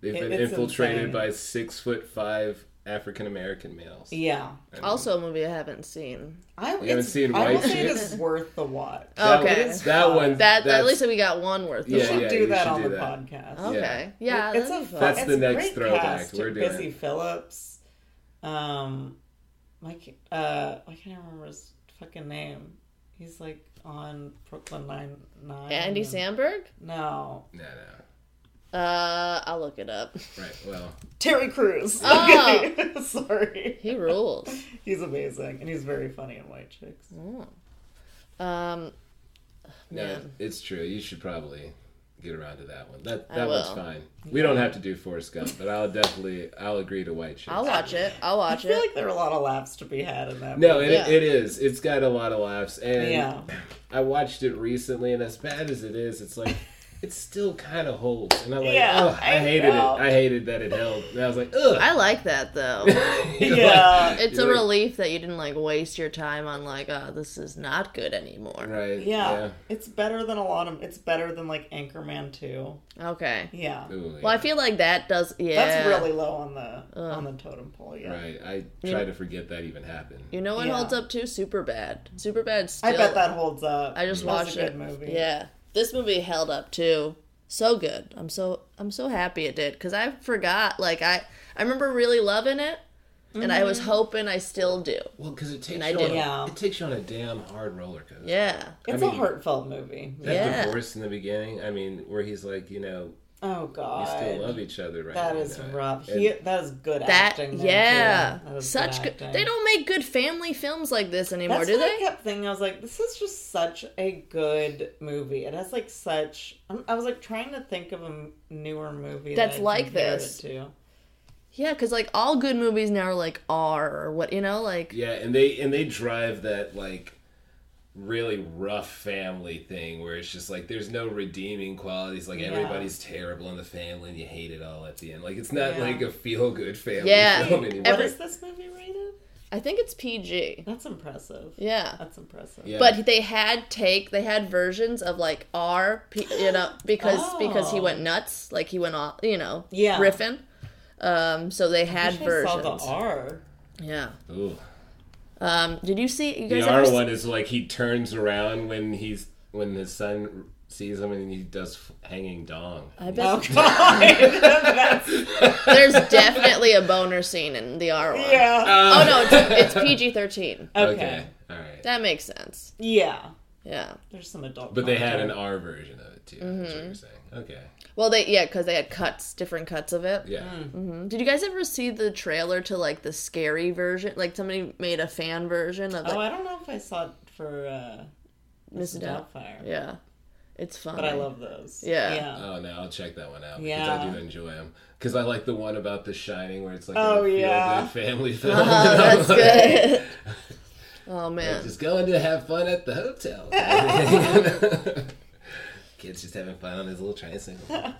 S3: they've
S4: It-
S3: been
S4: it's
S3: infiltrated
S4: insane.
S3: by six foot five African American males.
S4: yeah
S2: Also, a movie I haven't seen.
S4: I,
S3: haven't
S4: it's-
S3: seen
S4: I
S3: White
S4: will say it
S3: Chicks?
S4: is worth the watch.
S3: That
S2: Okay.
S3: one- that one.
S2: That at
S3: that's-
S2: least we got one worth. Of
S3: Yeah,
S4: We
S2: it.
S4: should
S3: yeah,
S4: do
S3: you
S4: that
S3: should
S4: on
S3: do
S4: the
S3: that.
S4: podcast.
S2: Okay. Oh, Yeah.
S4: It's
S2: that'd be fun.
S4: a fun.
S3: That's
S4: it's
S3: the
S4: a
S3: next
S4: great
S3: throwback.
S4: Cast.
S3: We're doing
S4: Busy
S3: it.
S4: Phillips, um, Mike. Uh, I can't I remember his fucking name. He's like on Brooklyn Nine Nine.
S2: Andy Samberg?
S4: No,
S3: No, no.
S2: Uh, I'll look it up.
S3: Right. Well,
S4: Terry Crews.
S2: Oh.
S4: Okay. Sorry,
S2: He rules.
S4: he's amazing and he's very funny in White Chicks.
S2: Um,
S3: no,
S2: Man.
S3: it's true. You should probably get around to that one. That
S2: I
S3: that one's
S2: will.
S3: fine. We don't have to do Forrest Gump, but I'll definitely I'll agree to White Chicks.
S2: I'll watch it. I'll watch
S4: I feel
S2: it.
S4: like there are a lot of laughs to be had in that.
S3: No, it,
S2: Yeah.
S3: it is. It's got a lot of laughs, and
S4: movie. yeah,
S3: I watched it recently, and as bad as it is, it's like it still kind of holds. And I'm like,
S4: Yeah,
S3: oh, I,
S4: I
S3: hated
S4: know.
S3: it. I hated that it held. And I was like, ugh.
S2: I like that though.
S3: You're
S4: Yeah.
S2: It's a
S3: you're like-
S2: relief that you didn't like waste your time on like, oh, this is not good anymore.
S3: right?
S4: yeah, it's better than a lot of. It's better than like Anchorman Two.
S2: Okay.
S4: Yeah.
S3: yeah. Ooh,
S2: Well, I feel like that does. Yeah.
S4: That's really low on the on the totem pole. Yeah,
S3: right. I
S2: You
S3: try
S2: know-
S3: to forget that even happened.
S2: You know what
S4: Yeah.
S2: holds up too? Super bad. Super bad. Still.
S4: I bet that holds up.
S2: I just
S4: That's
S2: watched
S4: a good
S2: it.
S4: Movie.
S2: Yeah. This movie held up too. So good. I'm so I'm so happy it did cuz I forgot like I I remember really loving it and I
S4: Mm-hmm.
S2: was hoping I still do.
S3: Well, because it takes
S2: I
S3: you
S2: did.
S3: on,
S4: Yeah.
S3: it takes you on a damn hard roller coaster.
S2: Yeah.
S4: it's
S3: mean-
S4: a heartfelt movie.
S3: That
S2: Yeah.
S3: divorce in the beginning, I mean, where he's like, you know,
S4: Oh
S3: we
S4: God,
S3: still love each other, right?
S4: that
S3: now.
S4: is rough.
S3: And-
S4: He, that is good
S2: That
S4: acting. there,
S2: yeah.
S4: too. That is
S2: Such good.
S4: good. acting.
S2: They don't make good family films like this anymore,
S4: That's
S2: do
S4: what
S2: they?
S4: I kept thinking. I was like, this is just such a good movie. It has like such. I'm, I was like trying to think of a m- newer movie
S2: That's
S4: that I
S2: like
S4: compared
S2: this.
S4: It to.
S2: Yeah, cuz like all good movies now are like R or what, you know, like
S3: yeah, and they and they drive that like really rough family thing where it's just like there's no redeeming qualities. Like everybody's terrible in the family, and you hate it all at the end. Like it's not
S4: Yeah.
S3: like a feel good family
S2: Yeah.
S3: film anymore.
S4: What is this movie rated?
S2: I think it's PG.
S4: That's impressive.
S2: Yeah.
S4: That's impressive.
S3: Yeah.
S2: But they had take they had versions of like R, P, you know, because because he
S4: Oh.
S2: went nuts, like he went off, you know,
S4: Yeah.
S2: riffing. Um, so they had
S4: I
S2: versions.
S4: saw the R.
S2: Yeah.
S3: Ooh.
S2: Um, did you see you guys
S3: The
S2: ever
S3: R
S2: s-
S3: one is like he turns around when he's when his son sees him and he does f- hanging dong.
S2: I
S4: Oh
S2: bet
S4: god, that's
S2: there's definitely a boner scene in the R one.
S4: yeah.
S2: Oh no, it's, it's PG thirteen.
S4: Okay.
S3: Ah! all right.
S2: That makes sense.
S4: Yeah,
S2: Yeah.
S4: there's some adult.
S3: But they had an
S4: content.
S3: R version of it too. That's
S2: Mm-hmm.
S3: what you're saying. Okay.
S2: Well, they yeah, because they had cuts, different cuts of it.
S3: Yeah.
S2: Mhm. Did you guys ever see the trailer to like the scary version? Like somebody made a fan version of like
S4: Oh, I don't know if I saw it for uh,
S2: Mrs. Doubtfire.
S4: Doubtfire,
S2: Yeah, it's fun.
S4: but I love those.
S2: Yeah.
S4: yeah.
S3: Oh no, I'll check that one out because I
S4: Yeah.
S3: do enjoy them. Because I like the one about The Shining where it's like
S4: Oh,
S3: a feel-good
S4: yeah.
S3: family film.
S2: Oh,
S3: And I'm
S2: that's
S3: like,
S2: good. oh man,
S3: Just going to have fun at the hotel. Kids just having fun on his little tricycle.
S2: man,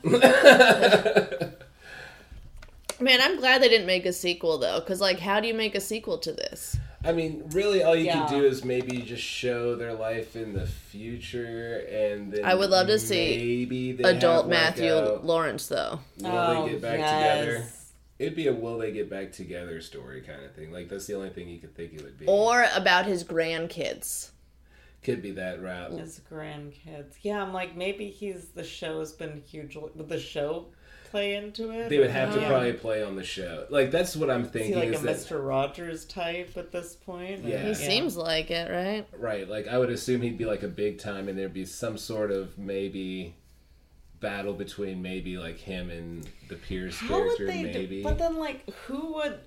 S2: I'm glad they didn't make a sequel though, because like, how do you make a sequel to this?
S3: I mean, really, all you can
S4: Yeah.
S3: do is maybe just show their life in the future, and then
S2: I would love to see
S3: maybe they
S2: Adult
S3: have,
S2: Matthew
S3: Like uh, a,
S2: Lawrence though.
S3: will
S4: oh,
S3: they get back
S4: yes.
S3: together? It'd be a will they get back together story kind of thing. Like that's the only thing you could think it would be.
S2: or about his grandkids.
S3: could be that route.
S4: His grandkids. Yeah, I'm like maybe he's the show's been hugely. Would the show play into it?
S3: They would have to
S4: Yeah.
S3: probably play on the show. Like that's what I'm
S4: Is he
S3: thinking.
S4: like a
S3: is that,
S4: Mr. Rogers type at this point?
S3: Yeah.
S2: He seems like it, right?
S3: Right. Like I would assume he'd be like a big time, and there'd be some sort of maybe battle between maybe like him and the Pierce
S4: How would
S3: character.
S4: they?
S3: Maybe.
S4: Do, but then, like, who would?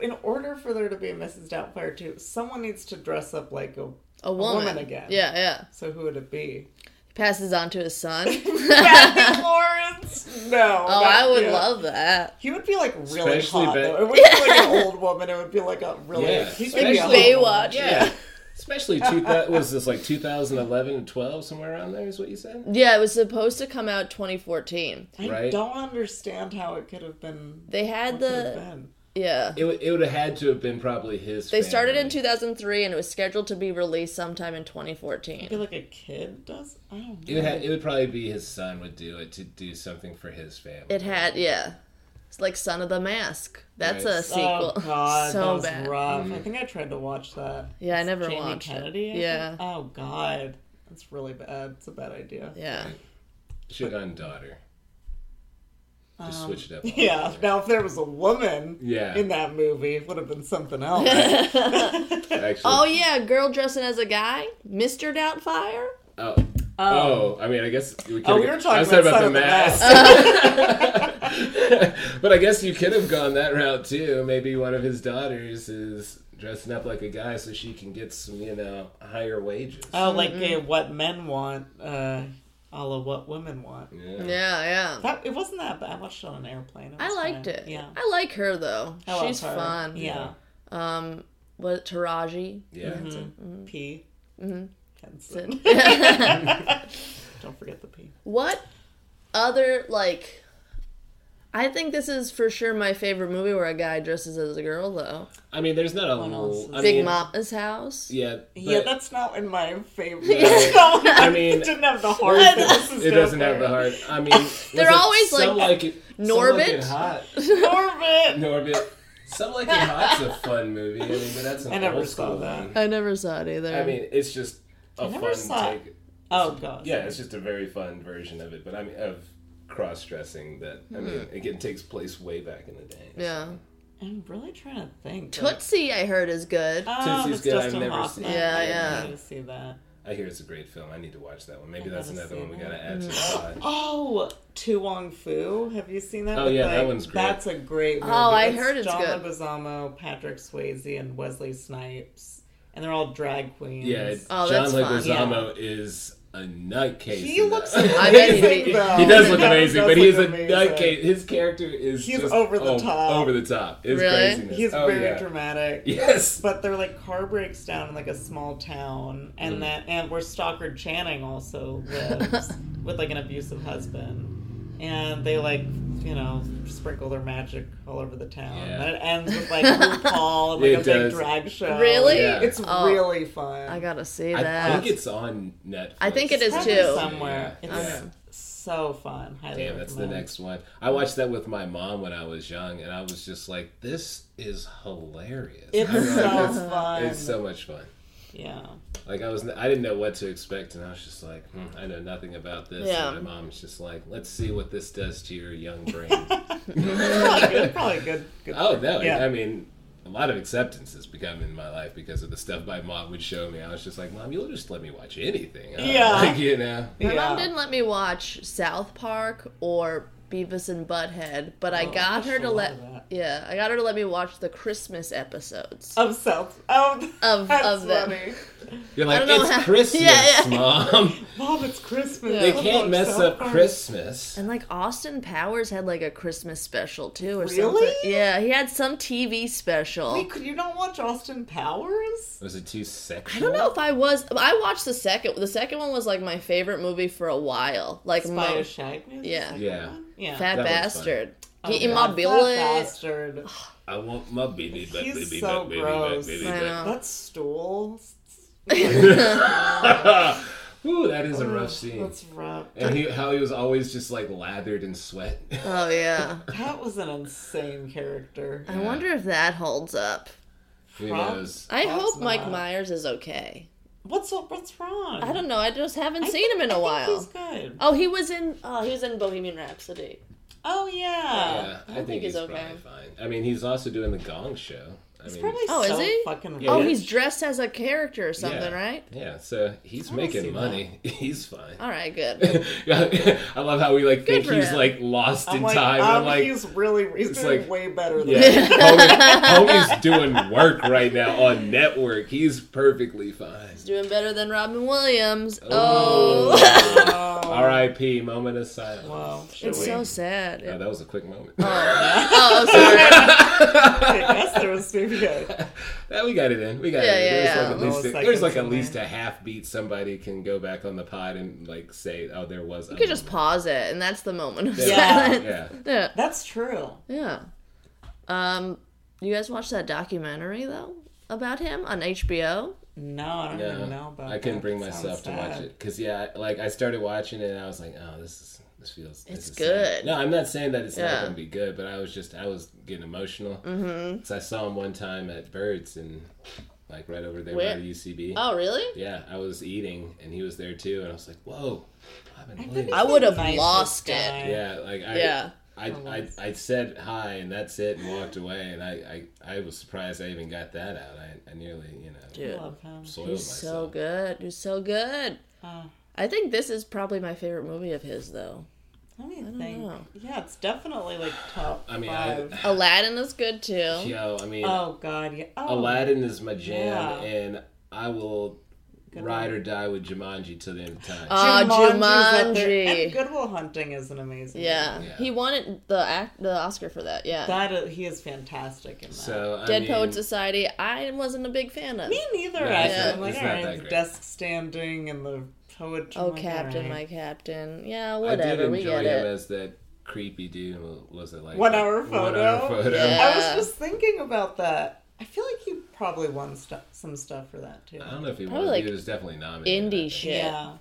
S4: In order for there to be a Mrs. Doubtfire too, someone needs to dress up like a.
S2: A woman.
S4: woman again.
S2: Yeah, yeah.
S4: So who would it be?
S2: Passes on to his son. oh,
S4: Kathy Lawrence. No. not
S2: I would
S4: you.
S2: love that.
S4: He would be like really
S3: Especially
S4: hot.
S3: Ba-
S4: though. It would be like an old woman. It would be like a really.
S3: Yeah.
S4: he'd
S3: Especially
S4: be a hot
S2: Baywatch. Yeah.
S3: yeah. Especially two that was this like 2011 and 12 somewhere around there is what you
S4: Mm.
S3: said.
S2: yeah, it was supposed to come out 2014.
S4: woman. I
S3: Right.
S4: don't understand how it could have been.
S2: They had
S4: could have
S2: the
S4: been.
S2: yeah.
S3: It, would- it would have had to have been probably his.
S2: They started in
S3: family.
S2: 2003 and it was scheduled to be released sometime in
S4: I feel
S2: 2014.
S4: like a kid does. I don't
S3: It
S4: know.
S3: would, ha- it would probably be his son would do it to do something for his family.
S2: It had yeah. It's like Son of the Mask. That's
S3: Right.
S2: a sequel.
S4: Oh god,
S2: so
S4: that was
S2: bad.
S4: rough. I think I tried to watch that.
S2: Yeah, I never
S4: Jamie
S2: watched it.
S4: Kennedy, I think?
S2: Yeah.
S4: Oh god, that's really bad. It's a bad idea.
S2: Yeah.
S3: Should on daughter.
S4: Um.
S3: Just switch it up.
S4: Yeah. Now, if there was a woman
S3: Yeah.
S4: in that movie, it would have been something else.
S3: Actually,
S2: Oh yeah, girl dressing as a guy, Mr. Doubtfire.
S3: Oh. Oh, I mean, I guess we could.
S4: Oh, we were talking
S3: I was talking
S4: about
S3: about the
S4: Son
S3: mask. but I guess you could have gone that route too. Maybe one of his daughters is dressing up like a guy so she can get some, you know, higher wages.
S4: oh, like uh, what men want, uh, a la what women want.
S3: Yeah.
S2: Yeah, yeah.
S4: That it wasn't that bad. I watched it on an airplane. It
S2: I
S4: was
S2: liked
S4: fine.
S2: it.
S4: Yeah.
S2: I like her though.
S4: I love
S2: She's
S4: her.
S2: fun.
S4: Yeah.
S2: Um, what Taraji?
S3: Yeah.
S4: Mm-hmm.
S2: Mm-hmm.
S4: P. Henson. Don't forget the P.
S2: What other like? I think this is for sure my favorite movie where a guy dresses as a girl though.
S3: I mean, there's not a
S4: else
S3: l-
S4: is-
S3: I
S2: Big
S3: mean,
S2: Mama's house.
S3: Yeah.
S4: yeah,
S3: but
S4: that's not in my favorite.
S3: Yeah.
S4: No, I
S3: mean-
S4: it didn't have the heart. that this is
S3: It doesn't have
S4: different.
S3: the heart. I mean,
S2: They're
S3: was it
S2: always like-
S3: Some like it, Some
S2: Norbit?
S3: Like It hot.
S4: Orbit.
S3: Norbit. Some like it hot's a fun movie. I mean, but that's an
S4: I never
S3: old
S4: saw
S3: school
S4: that.
S3: one.
S2: I never saw it either.
S3: I mean, it's just a
S4: never
S3: fun
S4: saw it.
S3: take.
S4: Oh god.
S3: Yeah, it's just a very fun version of it, but I mean of cross dressing that I mean again takes place way back in the day.
S2: Hmm. yeah.
S4: I'm really trying to think.
S2: Tootsie, I heard is good.
S4: Oh,
S3: Tootsie's
S4: that's
S3: good, I've
S4: Dustin
S3: never
S4: Hoffman.
S3: seen
S2: it. Yeah, yeah.
S4: I need to see that.
S3: I hear it's a great film. I need to watch that one. Maybe that's
S4: gotta
S3: another
S4: see
S3: one we
S4: that.
S3: gotta add to the
S2: Mm-hmm.
S3: pod.
S4: Oh, Tu Wong Fu. Have you seen that?
S3: Oh,
S4: With,
S3: yeah, that one's great.
S4: That's a great movie.
S2: I heard it's
S4: John
S2: good.
S4: Leguizamo, Patrick Swayze, and Wesley Snipes, and they're all drag queens.
S3: Yeah, it-
S2: Oh,
S3: John
S2: that's fun.
S3: Leguizamo is a nutcase.
S4: he
S3: in
S4: looks
S3: that.
S4: amazing.
S2: I bet he-
S4: though.
S3: He does look
S4: That
S3: amazing,
S4: does
S3: but he's a
S4: look amazing.
S3: nutcase. His character is
S4: He's
S3: just
S4: over the
S3: o-
S4: top.
S3: Over the top. It's
S2: Really?
S3: craziness.
S4: He's
S3: Oh,
S4: very
S3: yeah.
S4: dramatic.
S3: Yes.
S4: But their like car breaks down in like a small town, and
S3: Mm.
S4: that and where Stockard Channing also lives with like an abusive husband, and they like you know sprinkle their magic all over the town,
S3: Yeah.
S4: and it ends with like RuPaul and like
S3: It
S4: a
S3: does.
S4: big drag show.
S2: Really?
S3: Yeah.
S4: It's
S2: Oh.
S4: really fun.
S2: I gotta see
S3: I
S2: that.
S3: think it's on Netflix.
S2: I think it is
S4: It's
S2: too.
S4: probably somewhere.
S3: Yeah.
S4: It's
S3: Yeah.
S4: so fun. Highly
S3: Damn, that's the
S4: recommend.
S3: next one. I watched that with my mom when I was young, and I was just like, "This is hilarious."
S4: It's
S3: I was like,
S4: so
S3: "That's-
S4: fun.
S3: It's so much fun.
S4: Yeah.
S3: Like I was, I didn't know what to expect, and I was just like, hmm, I know nothing about this.
S2: Yeah.
S3: And my mom's just like, let's see what this does to your young brain.
S4: Probably good. Probably good. good
S3: oh no,
S4: Yeah.
S3: I mean. A lot of acceptance has become in my life because of the stuff my mom would show me. I was just like, Mom, you'll just let me watch anything. huh?"
S4: Yeah.
S3: Like, you know.
S2: My
S4: yeah.
S2: mom didn't let me watch South Park or Beavis and Butthead, but
S4: Oh,
S2: I got her
S4: watched a
S2: to
S4: lot
S2: let
S4: of that.
S2: yeah, I got her to let me watch the Christmas episodes.
S4: Of self. Oh,
S2: Of-
S4: that's
S2: of them.
S4: funny.
S3: You're like,
S2: don't know
S3: it's
S2: how-
S3: Christmas,
S2: Yeah, yeah.
S3: Mom.
S4: Mom, it's Christmas.
S2: Yeah.
S3: They
S4: Come
S3: can't
S4: on,
S3: mess
S4: South
S3: up
S4: Park.
S3: Christmas.
S2: And like Austin Powers had like a Christmas special too or
S4: Really?
S2: something. Yeah, he had some TV special.
S4: Wait, could you not watch Austin Powers?
S3: Was it too sexual?
S2: I don't know if I was I watched the second the second one was like my favorite movie for a while. Like
S4: Spy
S2: my
S4: of Shagness?
S2: Yeah.
S3: Yeah.
S4: Yeah.
S2: fat
S3: That was
S2: bastard.
S4: Oh,
S2: He
S4: God, That
S2: immobile.
S4: bastard.
S3: I want my baby back,
S4: He's
S3: baby
S4: so
S3: back, baby
S4: gross.
S3: back, baby
S2: I
S3: back.
S2: know.
S4: That stool.
S3: Ooh, that is a rough scene.
S4: That's rough.
S3: And he, how he was always just like lathered in sweat.
S4: Uh,
S2: Oh yeah.
S4: That was an insane character.
S2: I wonder if that holds up.
S3: Who knows?
S2: I
S4: Perhaps
S2: hope Mike
S4: not.
S2: Myers is okay.
S4: What's up? What's wrong?
S2: I don't know. I just haven't
S4: I
S2: seen him in
S4: think-
S2: a
S4: I
S2: while.
S4: think He's good.
S2: Oh, he was in. Oh, he was in Bohemian Rhapsody.
S4: Oh yeah.
S3: Yeah, I,
S2: I
S3: think,
S2: think
S3: he's
S2: he's
S3: probably
S2: okay.
S3: fine. I mean, he's also doing the Gong Show. I
S4: He's
S3: mean,
S4: probably
S2: Oh, is
S4: so
S2: he?
S4: fucking rich.
S3: Yeah.
S2: Oh, he's dressed as a character or something,
S3: Yeah.
S2: right?
S3: yeah. So he's
S4: wanna see Uh,
S3: making money. He's fine.
S2: All right, good.
S3: I love how we like think
S2: for
S3: he's
S2: him.
S3: like lost
S4: I'm
S3: in
S4: like,
S3: time.
S4: um,
S3: I'm like,
S4: he's really, he's
S3: it's
S4: doing
S3: like-
S4: way better than
S3: Yeah, homie, homie's doing work right now on network. He's perfectly fine.
S2: Doing better than Robin Williams.
S3: Oh.
S2: Oh,
S4: Oh,
S3: R.I.P. Moment of silence.
S4: wow. Should
S2: it's
S4: we?
S2: so sad.
S3: Oh, that was a quick moment.
S2: Oh, sorry.
S4: I guess there was maybe a-
S3: Yeah, Eh, we got it in. We got
S2: Yeah,
S3: it. In.
S2: yeah,
S3: There's like at least
S4: yeah. Little
S3: a, there's
S4: seconds
S3: like at
S4: in
S3: least a half beat somebody can go back on the pod and like say, "Oh, there was."
S2: You could just pause it, and that's the moment of
S4: Yeah.
S2: silence.
S3: Yeah.
S2: Yeah.
S4: That's true.
S2: yeah. Um, you guys watched that documentary though about him on HBO?
S4: No, I don't
S3: No,
S4: even know about.
S3: I couldn't
S4: that.
S3: bring
S4: Sounds
S3: myself to watch
S4: sad.
S3: it because yeah, like I started watching it and I was like, "Oh, this is." This feels this
S2: It's
S3: is
S2: good.
S3: sad." No, I'm not saying that it's not
S2: Yeah. Mm-hmm.
S3: going to be good, but I was just I was getting emotional because I saw him one time at Birds and like right over there
S2: Where?
S3: by the UCB.
S2: Oh, really?
S3: Yeah, I was eating and he was there too, and I was like, "Whoa, Robin
S4: I
S3: Williams."
S4: think
S2: I would've
S4: he's the
S2: lost
S4: nicest
S2: it.
S4: guy.
S3: Yeah, like I,
S2: Yeah.
S3: I, I, I said hi and that's it and walked away and I, I, I was surprised I even got that out. I, I nearly, you know,
S4: I
S2: Dude,
S4: love him.
S3: soiled
S2: he's so
S3: myself.
S2: good. He's so good.
S4: Oh,
S2: I think this is probably my favorite movie of his, though.
S4: let me think.
S2: know.
S4: Yeah, it's definitely like top
S3: I mean, I,
S4: five.
S2: Aladdin is good too.
S3: yo, I mean,
S4: Oh God, yeah. Oh,
S3: Aladdin is my jam
S4: Yeah.
S3: and I will ride or die with Jumanji till the end of time.
S2: Ah,
S4: Jumanji's up there.
S2: Jumanji.
S4: And Goodwill Hunting is an amazing.
S2: Yeah.
S3: Yeah.
S2: he won the act, the Oscar for that. Yeah,
S4: that is, he is fantastic in that.
S3: so I
S2: Dead
S3: mean,
S2: Poets Society. I wasn't a big fan of.
S4: Me neither.
S3: No,
S4: actually.
S3: it's not-
S4: I'm like,
S3: it's
S4: all
S3: not
S4: right,
S3: that
S4: the
S3: great.
S4: desk standing and the poetry.
S2: Oh,
S4: I'm like, all
S2: Captain,
S4: right.
S2: my Captain. Yeah,
S3: I did
S2: whatever. We
S3: enjoy
S2: get
S3: him
S2: it.
S3: as that creepy dude. What Was it like
S4: One hour
S3: One
S4: photo?
S3: hour photo.
S2: Yeah.
S4: I was just thinking about that. I feel like he probably won stuff, some stuff for that too.
S3: I don't know if he
S2: Probably
S3: won.
S2: like
S3: he was definitely nominated.
S2: Indie shit.
S4: Yeah,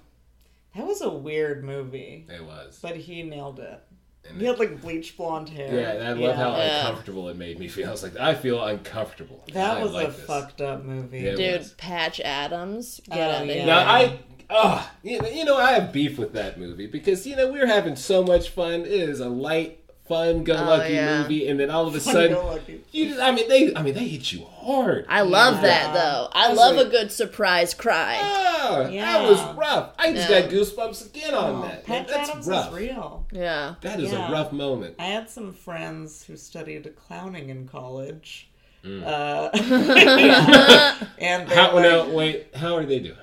S4: that was a weird movie,
S3: It was.
S4: but he nailed it.
S3: And
S4: He had like bleach blonde hair.
S3: Yeah, and I love how
S2: Yeah.
S3: uncomfortable it made me feel. I was like, I feel uncomfortable.
S4: that
S3: I
S4: was
S3: like
S4: a
S3: this.
S4: fucked up movie.
S3: Yeah.
S2: Dude,
S3: was.
S2: Patch Adams, get
S4: Oh,
S2: out of
S4: yeah.
S2: here.
S3: Now I, oh, you know, you know, I have beef with that movie because you know we were having so much fun. It is a light, fun, go lucky
S2: Oh, yeah.
S3: movie, and then all of a
S4: Like,
S3: sudden,
S4: go lucky.
S3: you just, I mean, they, I mean, they hit you hard.
S2: I love
S4: Yeah.
S2: that though. I
S3: was
S2: love
S3: like-
S2: a good surprise cry.
S3: Ah,
S4: Yeah.
S3: that was rough. I just
S2: Yeah.
S3: got goosebumps again on that.
S4: Patch
S3: That's
S4: Adams
S3: rough.
S4: is real.
S2: Yeah.
S3: That is
S4: Yeah.
S3: a rough moment.
S4: I had some friends who studied clowning in college.
S3: Mm.
S4: Uh, and they
S3: How,
S4: were like,
S3: no, wait, how are they doing?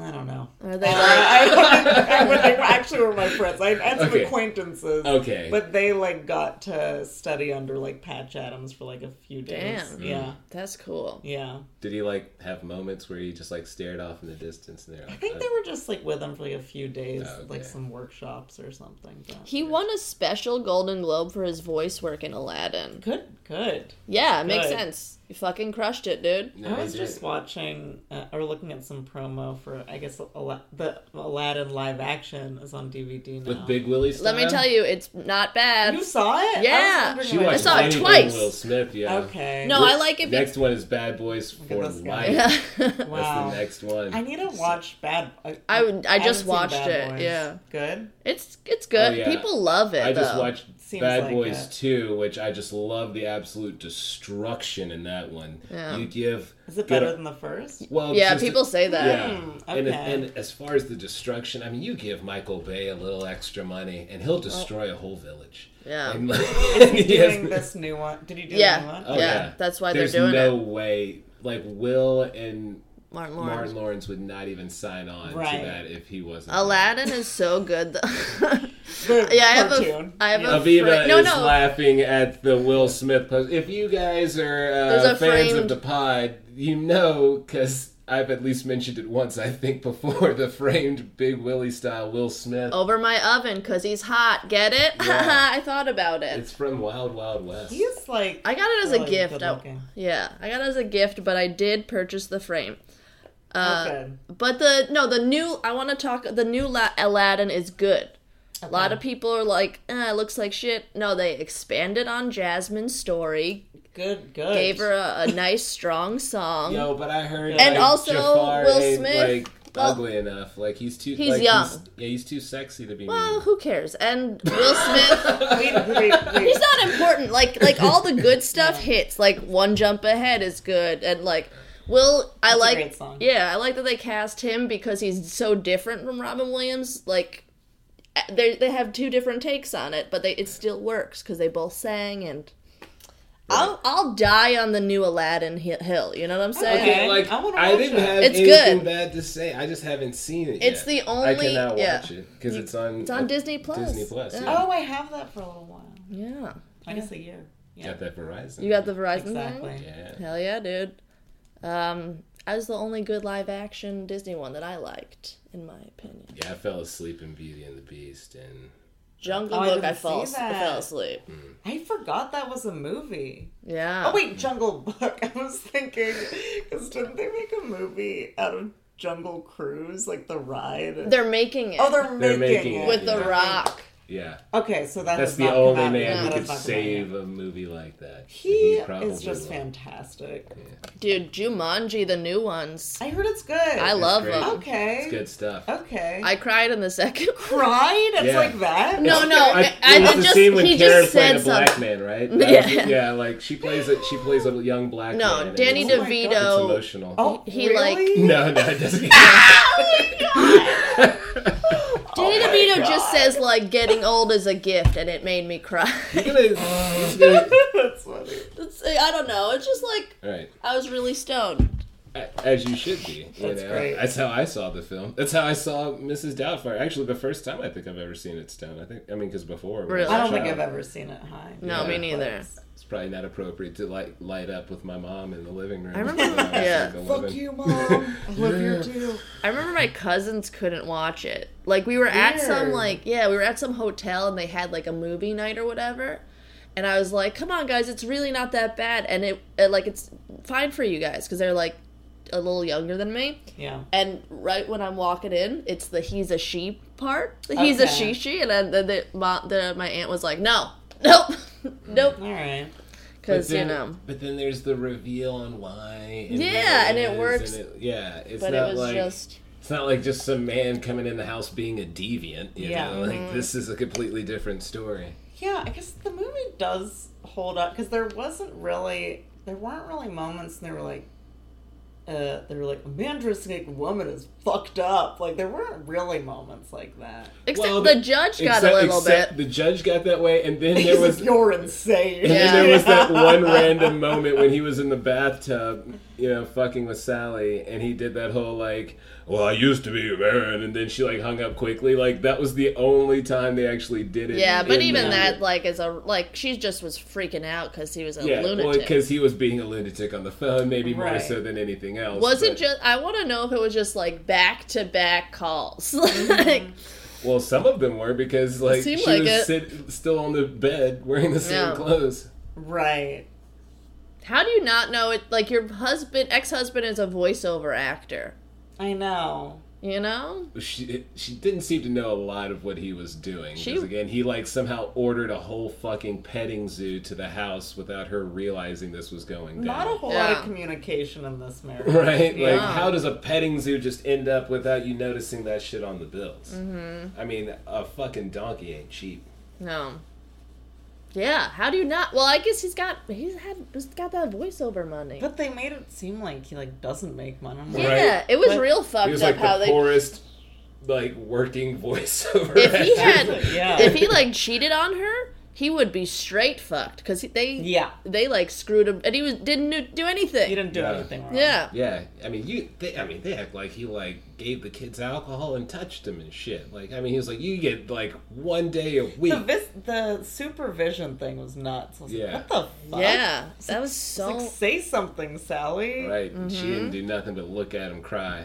S4: I don't know.
S2: Are they like?
S4: I, I, I, they actually were my friends. I had some
S3: Okay.
S4: acquaintances.
S3: Okay.
S4: But they like got to study under like Patch Adams for like a few days.
S2: Damn.
S4: Yeah.
S3: Mm-hmm.
S2: That's cool.
S4: Yeah.
S3: Did he like have moments where he just like stared off in the distance and they're like, "Uh,
S4: I think they were just like with him for like a few days,
S3: Oh, okay.
S4: like some workshops or something. But...
S2: He won a special Golden Globe for his voice work in Aladdin.
S4: Good, good.
S2: Yeah, it makes
S4: Good.
S2: sense. You fucking crushed it, dude.
S3: No,
S4: I was
S3: they
S4: just
S3: did.
S4: watching uh, or looking at some promo for I guess Ala- the Aladdin live action is on DVD now.
S3: with Big Willie.
S2: Let me tell you, it's not bad.
S4: you saw it? I was
S2: Yeah.
S4: wondering
S3: she
S4: why-
S3: watched
S2: I saw it
S3: anything
S2: twice.
S3: Will Smith, yeah.
S4: Okay.
S2: No, I like it. Be-
S3: Next one is Bad Boys
S4: at
S3: for
S4: this guy.
S3: Life.
S2: yeah.
S4: Wow.
S3: That's the next one.
S4: I need to watch Bad. I
S2: I would- I just
S4: haven't seen
S2: watched
S4: Bad
S2: it,
S4: Boys.
S2: yeah.
S4: Good.
S2: it's it's good.
S3: Oh, yeah.
S2: People love it.
S3: I just
S2: though.
S3: watched
S4: Seems
S3: Bad
S4: like
S3: Boys
S4: it.
S3: 2, which I just love the absolute destruction in that one.
S2: Yeah.
S3: You give.
S4: Is it
S3: good-
S4: better than the first?
S3: Well,
S2: Yeah,
S3: just-
S2: people say that.
S3: Yeah.
S4: Hmm,
S3: and,
S4: okay.
S3: and as far as the destruction, I mean, you give Michael Bay a little extra money, and he'll destroy a whole village.
S2: Yeah.
S3: And,
S4: He's
S3: he has-
S4: doing this new one. Did he do
S2: Yeah.
S4: the new one?
S3: Oh,
S2: Yeah, that's why they're
S3: There's
S2: doing
S3: no way. Like Will and
S2: Martin Lawrence.
S3: Martin Lawrence would not even sign on
S4: Right.
S3: to that if he wasn't.
S2: Aladdin is so good. Though.
S4: The
S2: yeah, I have a,
S4: cartoon.
S2: I have a
S3: Aviva
S2: fra- no,
S3: is
S2: no.
S3: laughing at the Will Smith post. If you guys are
S2: There's
S3: uh,
S2: a
S3: fans
S2: framed-
S3: of the pod, you know because I've at least mentioned it once, I think, before the framed Big Willie style Will Smith.
S2: Over my oven, cause he's hot. Get it?
S3: Yeah.
S2: I thought about it.
S3: It's from Wild Wild West.
S4: He is like.
S2: I got it as a
S4: really
S2: gift.
S4: good
S2: I-
S4: looking.
S2: yeah, I got it as a gift, but I did purchase the frame. Uh,
S4: Oh, good.
S2: But the no, the new I want to talk. The new La- Aladdin is good. A lot of people are like, eh, it looks like shit. No, they expanded on Jasmine's story,
S4: Good. Good.
S2: gave her a, a nice, strong song.
S3: Yo, but I heard
S2: And
S3: like,
S2: also
S3: Jafar
S2: Will
S3: ain't,
S2: Smith-
S3: like
S2: well,
S3: ugly enough. Like he's too.
S2: he's
S3: like,
S2: young.
S3: yeah, he's too sexy to be.
S2: Well,
S3: mean.
S2: who cares? And Will Smith,
S4: Wait, wait, wait.
S2: he's not important. Like, like all the good stuff hits. Like one jump ahead is good, and like Will, I
S4: a
S2: like.
S4: great song.
S2: Yeah, I like that they cast him because he's so different from Robin Williams. Like, eh, they they have two different takes on it, but they it still works because they both sang and. I'll I'll die on the new Aladdin hi- hill. You know what I'm saying?
S4: Okay.
S3: like
S4: I wanna
S3: I,
S4: watch
S3: didn't
S4: it.
S3: have
S2: It's
S3: anything
S2: good.
S3: bad to say. I just haven't seen it.
S2: It's
S3: yet.
S2: the
S3: I
S2: only-
S3: cannot
S2: yeah.
S3: watch it because it's on.
S2: It's on Disney Plus.
S3: Disney Plus.
S2: Yeah.
S3: Yeah.
S4: Oh, I have that for a little while.
S2: Yeah,
S4: I guess a year. Yeah.
S3: Got that Verizon.
S2: you got the Verizon thing?
S4: Exactly.
S3: Yeah.
S2: Hell yeah, dude. Um, I was the only good live action Disney one that I liked, in my opinion.
S3: Yeah, I fell asleep in Beauty and the Beast, and
S2: Jungle
S4: Oh, I
S2: Book, I,
S4: didn't
S2: fell,
S4: see
S2: I
S4: that.
S2: fell asleep.
S4: I forgot that was a movie.
S2: Yeah.
S4: Oh wait, Jungle Book. I was thinking, because didn't they make a movie out of Jungle Cruise, like the ride?
S2: They're making it
S4: oh, they're making,
S3: They're making
S4: it
S3: it,
S2: with The
S3: yeah.
S2: Rock.
S3: yeah,
S4: Okay, so that
S3: that's
S4: has
S3: the
S4: not come
S3: only
S4: out yet.
S3: man
S4: That
S3: who could
S4: has not come out yet.
S3: save a movie like that.
S4: He
S3: probably
S4: is just
S3: will.
S4: fantastic.
S2: Dude, Jumanji, the new ones.
S4: I heard it's good.
S2: I love
S3: great.
S2: them.
S4: Okay.
S3: It's good stuff.
S4: Okay.
S2: I cried in the second one.
S4: cried. It's
S3: Yeah.
S4: like that.
S2: No, no.
S3: I,
S2: I- I
S3: it was the
S2: just-
S3: scene when
S2: he
S3: Karen
S2: just said
S3: played a black man, right? That was-
S2: Yeah.
S3: yeah, like she plays a she plays a young black
S2: No,
S3: man. and
S2: Danny
S3: it's-
S4: Oh my
S2: DeVito.
S4: God.
S3: It's emotional.
S4: Oh,
S2: He,
S4: really?
S3: No, no, it doesn't.
S2: Oh
S4: Oh
S2: Danny DeVito just says, like, getting old is a gift, and it made me cry.
S3: He's gonna- he's gonna-
S4: That's funny.
S2: It's- I don't know. It's just like,
S3: All right,
S2: I was really stoned.
S3: A- as you should be. You
S4: That's
S3: know?
S4: great.
S3: That's how I saw the film. That's how I saw Mrs. Doubtfire. Actually, the first time I think I've ever seen it stone. I think. I mean, because before when was
S2: Really?
S3: a
S4: I don't think
S3: child,
S4: I've ever seen it high.
S2: No,
S3: Yeah.
S2: me neither.
S3: It's probably not appropriate to light light up with my mom in the living room.
S2: I remember-
S3: When I was,
S2: yeah.
S3: like, 11.
S4: Fuck you, mom. I love you too.
S2: I remember my cousins couldn't watch it. Like we were at some
S4: Weird.
S2: like yeah, we were at some hotel and they had like a movie night or whatever. And I was like, "Come on guys, it's really not that bad." And it, it like it's fine for you guys cuz they're like a little younger than me.
S4: Yeah.
S2: And right when I'm walking in, it's the he's a she part. The he's a she
S4: Okay.
S2: she and then the, the, my, the my aunt was like, "No. Nope. nope."
S4: All right.
S3: But
S2: Cuz you
S3: then-
S2: know.
S3: But then there's the reveal on why. and
S2: Yeah,
S3: what
S2: and it
S3: is,
S2: works.
S3: it- yeah, it's
S2: But
S3: not
S2: it was
S3: like
S2: just
S3: it's not like just some man coming in the house being a deviant. You
S4: Yeah.
S3: know, like
S2: Mm-hmm.
S3: this is a completely different story.
S4: Yeah, I guess the movie does hold up because there wasn't really, there weren't really moments. And they were like, uh, they were like, a man dressing like a woman is fucked up. Like there weren't really moments like that.
S2: except
S3: Well,
S2: the judge got a little
S3: except
S2: bit.
S3: The judge got that way, and then
S4: He's
S3: there was
S4: like, you're insane.
S3: And
S2: Yeah.
S3: then there was that one random moment when he was in the bathtub, you know, fucking with Sally, and he did that whole like, "Well, I used to be a man," and then she like hung up quickly. Like that was the only time they actually did it.
S2: Yeah, but
S3: in
S2: even
S3: the-
S2: that, like, is a like she just was freaking out because he was a
S3: yeah,
S2: lunatic.
S3: because he was being a lunatic on the phone, maybe more
S4: Right.
S3: so than anything else.
S2: was it
S3: but-
S2: just? I want to know if it was just like back to back calls.
S3: Mm-hmm.
S2: like,
S3: Well, some of them were because like she
S2: seemed like
S3: was
S2: it.
S3: sit, still on the bed wearing the same
S2: Yeah.
S3: clothes.
S4: Right.
S2: How do you not know it? Like your husband, ex-husband, is a voiceover actor.
S4: I know.
S2: You know,
S3: She she didn't seem to know a lot of what he was doing.
S2: She-
S3: Because again, he like somehow ordered a whole fucking petting zoo to the house without her realizing this was going down.
S4: Not a whole lot
S2: Yeah.
S4: of communication in this marriage.
S3: Right? Like,
S2: Yeah.
S3: how does a petting zoo just end up without you noticing that shit on the bills? Mm-hmm. I mean, a fucking donkey ain't cheap.
S2: no. Um, Yeah, how do you not? Well, I guess he's got he's had he's got that voiceover money.
S4: But they made it seem like he like doesn't make money. I'm like,
S2: yeah,
S3: Right.
S2: it was
S4: But-
S2: real
S3: He
S2: fucked
S3: was
S2: up
S3: like
S2: how
S3: the
S2: they.
S3: poorest, like working voiceover.
S2: if he had,
S3: actor.
S4: Yeah.
S2: if he like cheated on her, he would be straight fucked because they
S4: Yeah.
S2: they like screwed him and he was didn't do- do anything.
S4: He didn't do
S3: Yeah.
S4: anything wrong.
S2: yeah,
S3: Yeah, I mean, you. They, I mean, they act like he like gave the kids alcohol and touched them and shit. Like, I mean, he was like, you get like one day a week.
S4: The vis- the supervision thing was nuts. I was like,
S3: Yeah.
S4: what the fuck?
S2: yeah, that was
S4: It's
S2: so.
S4: Like say something, Sally.
S3: right?
S2: Mm-hmm.
S3: And she didn't do nothing but look at him cry.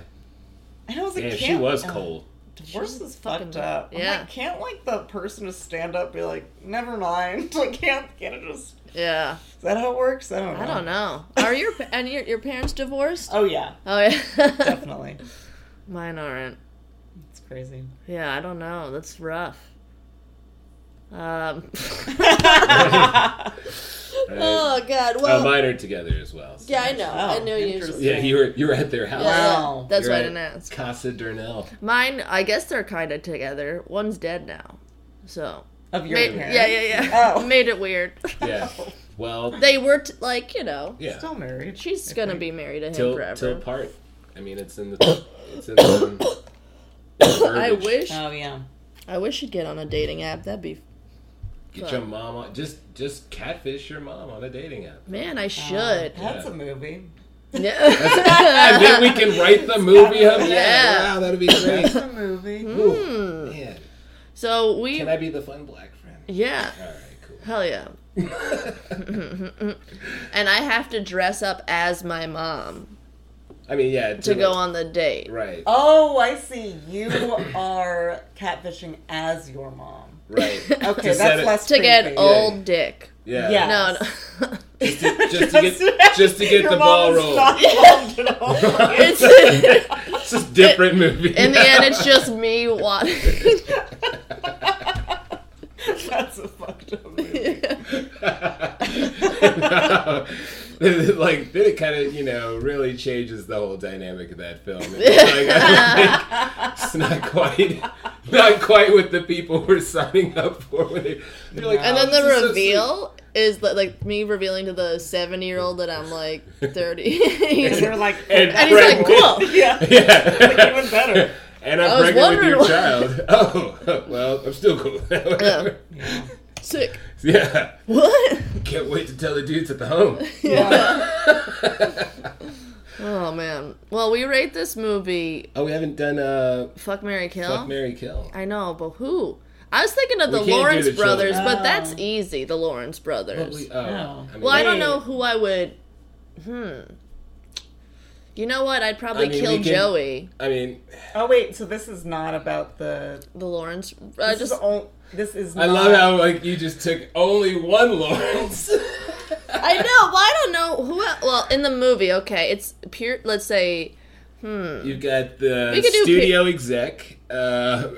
S4: And I was like,
S3: Damn, she
S4: can't-
S3: was
S4: uh,
S3: cold.
S4: Divorce
S2: was
S4: is
S2: fucking
S4: fucked up.
S2: yeah.
S4: I'm like, can't like the person just stand up, and be like, never mind. Like, can't can't it just?
S2: yeah,
S4: Is that how it works? I don't know.
S2: I don't know. Are your pa- and your your parents divorced?
S4: Oh yeah,
S2: Oh yeah,
S4: definitely.
S2: mine aren't.
S4: it's crazy.
S2: Yeah, I don't know. That's rough. Um.
S3: Right?
S2: oh God.
S3: uh,
S2: Well.
S3: mine are together as well. so-
S2: yeah, I know.
S4: Oh,
S2: I know you.
S4: interesting.
S3: Yeah, you were you were at their house.
S2: Yeah,
S4: Wow.
S2: That's
S3: You're
S2: why I
S3: at
S2: didn't ask.
S3: Casa Durnell.
S2: Mine, I guess they're kind of together. One's dead now, so
S4: Of your
S2: Made-
S4: parents.
S2: yeah, yeah, yeah.
S4: Oh.
S2: Made it weird.
S3: Yeah. Well,
S2: they were t- like, you know,
S3: yeah.
S4: Still married.
S2: she's
S4: I
S2: gonna
S4: think.
S2: be married to him
S3: Till
S2: forever.
S3: till part. I mean, it's in the it's in the. um, the
S2: I
S3: verbiage.
S2: wish,
S4: Oh yeah.
S2: I wish you'd get on a dating app. That'd be
S3: Get your mom on. Just just catfish your mom on a dating app.
S2: man. I should.
S4: Oh, That's
S3: Yeah.
S4: a movie.
S3: and then we can write the movie up.
S2: Yeah.
S3: Wow, that'd be great.
S4: That's a movie.
S2: Hmm.
S3: Ooh, man,
S2: so we,
S3: can I be the fun black friend?
S2: yeah,
S3: All right, cool.
S2: hell yeah. and I have to dress up as my mom
S3: I mean, yeah.
S2: to go on the date.
S3: Right,
S4: Oh, I see. You are catfishing as your mom.
S3: right.
S4: Okay,
S3: To set
S4: that's
S3: it-
S4: less
S2: To get
S4: creepy.
S2: old dick.
S3: Yeah.
S4: Yeah.
S2: No, no.
S3: Just to get just to get
S4: Your
S3: the
S4: mom
S3: ball
S4: is
S3: rolling.
S4: not involved at all.
S2: it's.
S3: It's just different movie.
S2: In the end, it's just me wanting.
S4: That's a fucked up movie.
S3: No. like then it kind of you know really changes the whole dynamic of that film. It's, like, I don't think- it's not quite not quite what the people were signing up for when they. They're like,
S2: and then
S3: "Oh, this is
S2: the
S3: so
S2: reveal is that, like me revealing to the seventy-year-old that I'm like thirty.
S4: And they're like,
S3: And
S4: "That's
S2: he's like,
S4: cool."
S2: "Cool."
S3: sweet."
S4: Yeah.
S3: Yeah.
S4: Even better.
S3: and
S2: I
S3: I'm
S2: was
S3: pregnant with
S2: wondering
S3: your
S2: why-
S3: child. Oh well, I'm still cool.
S2: Yeah. Sick.
S3: yeah,
S2: What?
S3: can't wait to tell the dudes at the home.
S2: Oh man. Well, we rate this movie.
S3: Oh, we haven't done uh,
S2: Fuck Mary Kill.
S3: fuck, Mary kill.
S2: I know, but who? I was thinking of the
S3: can't do
S2: Lawrence
S3: the children.
S2: brothers, but
S4: Oh.
S2: that's easy. The Lawrence brothers.
S3: We- oh,
S4: No.
S3: I mean,
S2: well, I don't
S4: Wait.
S2: know who I would. Hmm. You know what? I'd probably
S3: I mean,
S2: kill
S3: we can-
S2: Joey.
S3: I mean,
S4: Oh wait, so this is not about the.
S2: The Lawrence. I
S4: This
S2: just
S4: is all. This is.
S3: I
S4: not-
S3: love how like you just took only one Lawrence.
S2: I know. Well, I don't know who. el- Well, in the movie, okay, it's pure. Let's say
S3: You've got the
S2: We could do
S3: studio exec, uh,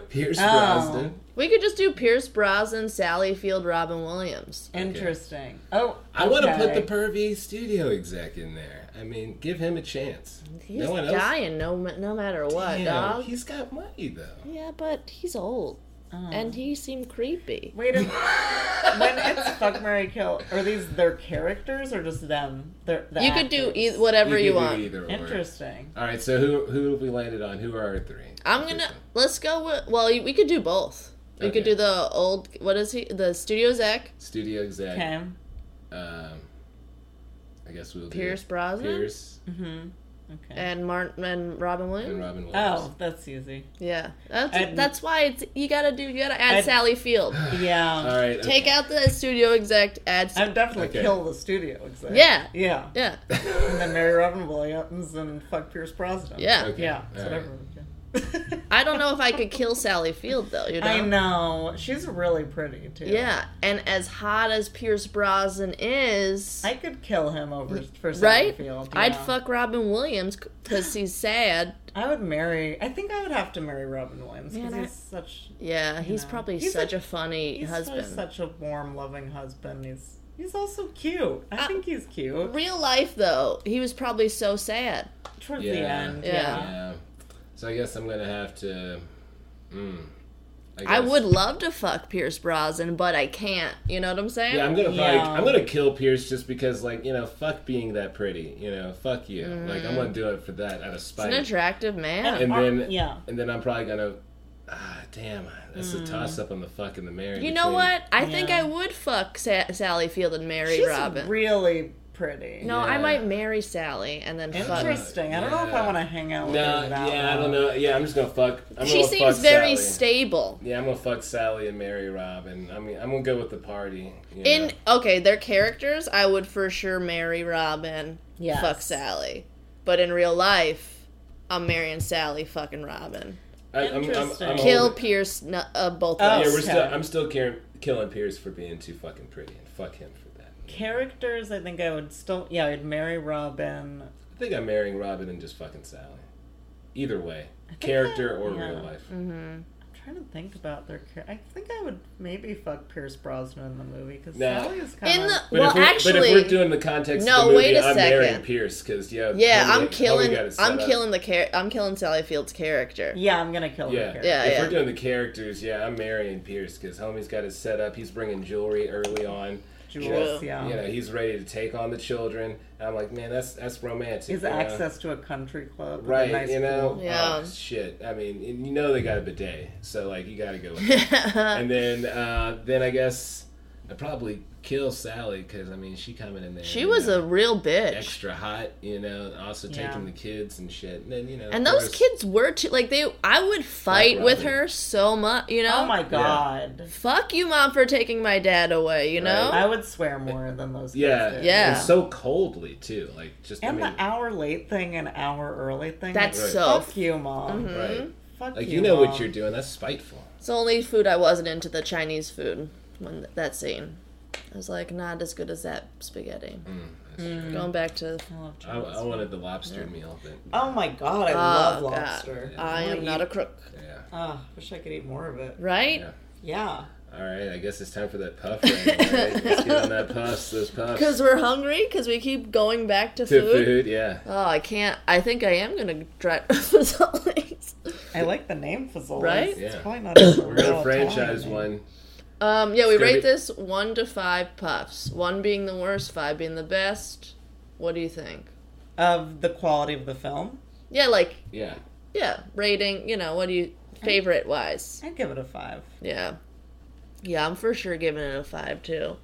S3: Pierce
S4: Oh.
S3: Brosnan.
S2: we could just do Pierce Brosnan, Sally Field, Robin Williams.
S4: Interesting. Oh,
S3: I want to put
S4: okay.
S3: the pervy studio exec in there. I mean, give him a chance.
S2: He's
S3: no one else.
S2: dying no ma- no matter what,
S3: Damn,
S2: dog.
S3: He's got money though.
S2: Yeah, but he's old,
S3: Oh.
S2: and he seemed creepy.
S4: Wait a when it's fuck Mary Kill, are these their characters or just them? They're, the
S2: You could do
S4: actors?
S2: e- whatever you,
S3: could do
S2: want.
S3: Either or.
S4: Interesting.
S3: All right, so who who have we landed on? Who are our three?
S2: I'm gonna let's go with. Well, y- we could do both. We could
S3: Okay.
S2: do the old. What is he? The Studio Zach,
S3: studio exec.
S4: Okay.
S3: Um, I guess we'll
S2: Pierce
S3: do
S2: Brosnan,
S3: Pierce
S4: Mm-hmm. Okay.
S2: and Martin and Robin Williams.
S3: and Robin Williams.
S4: Oh, that's easy.
S2: Yeah, that's
S4: I'd-
S2: that's why it's you gotta do. You gotta add
S4: I'd-
S2: Sally Field.
S4: Yeah.
S2: Uh,
S3: All right. okay.
S2: Take out the studio exec. Add.
S4: I'd definitely
S3: Okay.
S4: kill the studio exec.
S2: Yeah.
S4: Yeah.
S2: yeah,
S4: And then marry Robin Williams and fuck Pierce Brosnan.
S2: yeah.
S3: Okay.
S4: Yeah.
S3: All
S4: whatever.
S3: right.
S4: Yeah.
S2: I don't know if I could kill Sally Field though. You know.
S4: I know. She's really pretty too.
S2: Yeah, and as hot as Pierce Brosnan is,
S4: I could kill him over for
S2: right?
S4: Seinfeld,
S2: I'd
S4: yeah.
S2: fuck Robin Williams because he's sad.
S4: I would marry. I think I would have to marry Robin Williams because
S2: Man, I-
S4: he's such.
S2: Yeah, he's
S4: know.
S2: probably
S4: He's
S2: such
S4: a-
S2: a, funny
S4: He's
S2: husband.
S4: such, such a warm, loving husband. He's he's also cute.
S2: Uh,
S4: I think he's cute.
S2: Real life though, he was probably so sad.
S4: Towards the
S3: Yeah.
S4: end,
S2: Yeah.
S4: yeah.
S3: Yeah. So I guess I'm gonna have to. Mm,
S2: I
S3: guess.
S2: would love to fuck Pierce Brosnan, but I can't. You know what I'm saying?
S3: Yeah, I'm gonna probably,
S4: Yeah.
S3: I'm gonna kill Pierce just because, like, you know, fuck being that pretty. You know, fuck you. Like, I'm
S2: Mm.
S3: gonna do it for that out of
S2: He's
S3: spite.
S2: an attractive man.
S3: and
S4: Or-
S3: then,
S4: yeah.
S3: and then I'm probably gonna. Ah, damn, that's a toss up on the fuck and the marriage.
S2: Mm. You know what? I think
S4: Yeah.
S2: I would fuck Sa- Sally Field and marry
S4: She's
S2: Robin.
S4: really pretty.
S2: no, I
S3: Yeah.
S2: might marry Sally and then fuck.
S4: Interesting. I don't know if I
S3: Yeah.
S4: want to hang out with
S3: No,
S4: her that
S3: yeah, I
S4: long.
S3: don't know. Yeah, I'm just gonna fuck. I'm
S2: She
S3: gonna
S2: seems
S3: fuck
S2: very
S3: Sally.
S2: stable.
S3: Yeah, I'm gonna fuck Sally and marry Robin. I mean, I'm gonna go with the party. you
S2: In
S3: know.
S2: okay, their characters, I would for sure marry Robin,
S4: Yes.
S2: fuck Sally. But in real life, I'm marrying Sally, fucking Robin.
S3: I, I'm, I'm, I'm,
S4: Interesting.
S2: Kill
S3: holding-
S2: Pierce, no, uh, both
S4: Oh.
S2: of
S3: Yeah,
S2: us.
S3: we're still.
S4: Okay.
S3: I'm still car- killing Pierce for being too fucking pretty, and fuck him for that.
S4: Characters, I think I would still. Yeah, I'd marry Robin.
S3: I think I'm marrying Robin and just fucking Sally. Either way, character or
S4: yeah. Mm.
S3: real life.
S4: I'm trying to think about their. char- I think I would maybe fuck Pierce Brosnan in the movie because
S3: Nah.
S4: Sally is kind
S2: In
S4: of.
S2: the
S3: But,
S2: well,
S3: if we're, but if
S2: actually,
S3: we're doing the context
S2: No,
S3: of the movie,
S2: wait a
S3: I'm marrying
S2: second.
S3: Pierce because yeah,
S2: yeah,
S3: how we- how
S2: I'm
S3: we
S2: killing,
S3: got it set
S2: I'm
S3: up.
S2: killing the char- I'm killing Sally Field's character.
S4: Yeah, I'm gonna kill
S3: Yeah,
S4: her.
S2: Yeah,
S3: If
S2: yeah.
S3: we're doing the characters, yeah, I'm marrying Pierce because homie's got it set up. He's bringing jewelry early on.
S4: Jewels,
S2: True.
S4: yeah.
S3: You know, he's ready to take on the children. And I'm like, man, that's that's romantic.
S4: His
S3: you know?
S4: access to a country club, with a
S3: Right,
S4: nice
S3: you know,
S4: pool.
S2: Yeah.
S3: Oh, shit. I mean, and you know they got a bidet, so like you got to go. With that. and then, uh, then I guess I probably kill Sally because I mean she coming in there.
S2: She
S3: you
S2: was
S3: know,
S2: a real bitch.
S3: extra hot, you know. and Also
S4: Yeah.
S3: taking the kids and shit, and then you know.
S2: And
S3: of
S2: those
S3: course-
S2: kids were too like they. I would fight with
S3: Robin.
S2: her so much, you know.
S4: Oh my god,
S2: Fuck you, mom, for taking my dad away. You know.
S4: I would swear more than those. kids
S3: Yeah,
S4: did.
S2: Yeah.
S3: And so coldly too, like just.
S4: And
S3: I mean,
S4: the hour late thing and hour early thing.
S2: That's
S4: like,
S2: so. Mm-hmm.
S4: fuck you, mom.
S3: right?
S4: Fuck
S3: Like
S4: you.
S3: you, know
S4: Mom.
S3: what you're doing. That's spiteful.
S2: It's the only food I wasn't into the Chinese food when th- that scene. I was like, not as good as that spaghetti. Mm. Going back to,
S4: I love
S3: I,
S4: Chinese.
S3: I wanted the lobster meal, but
S4: Oh my god, I love
S2: God.
S4: lobster.
S2: I am not a crook,
S3: yeah.
S4: Ah, wish I could eat more of it.
S2: right?
S3: Yeah.
S4: Yeah.
S3: All right, I guess it's time for that puff. Right? right? Let's get on that puffs. Those puffs.
S2: Because we're hungry, because we keep going back to,
S3: to
S2: food.
S3: food. Yeah.
S2: Oh, I can't. I think I am gonna drive Fazoli's.
S4: I like the name Fazoli's.
S2: Right?
S4: It's
S3: Yeah.
S4: probably not a
S3: We're gonna franchise one.
S2: Um, yeah, we
S3: gonna
S2: rate
S3: be-
S2: this one to five puffs. One being the worst, five being the best. What do you think?
S4: Of the quality of the film,
S2: Yeah, like
S3: Yeah.
S2: yeah, rating. You know, what do you favorite wise?
S4: I'd give it a five.
S2: Yeah, yeah, I'm for sure giving it a five too.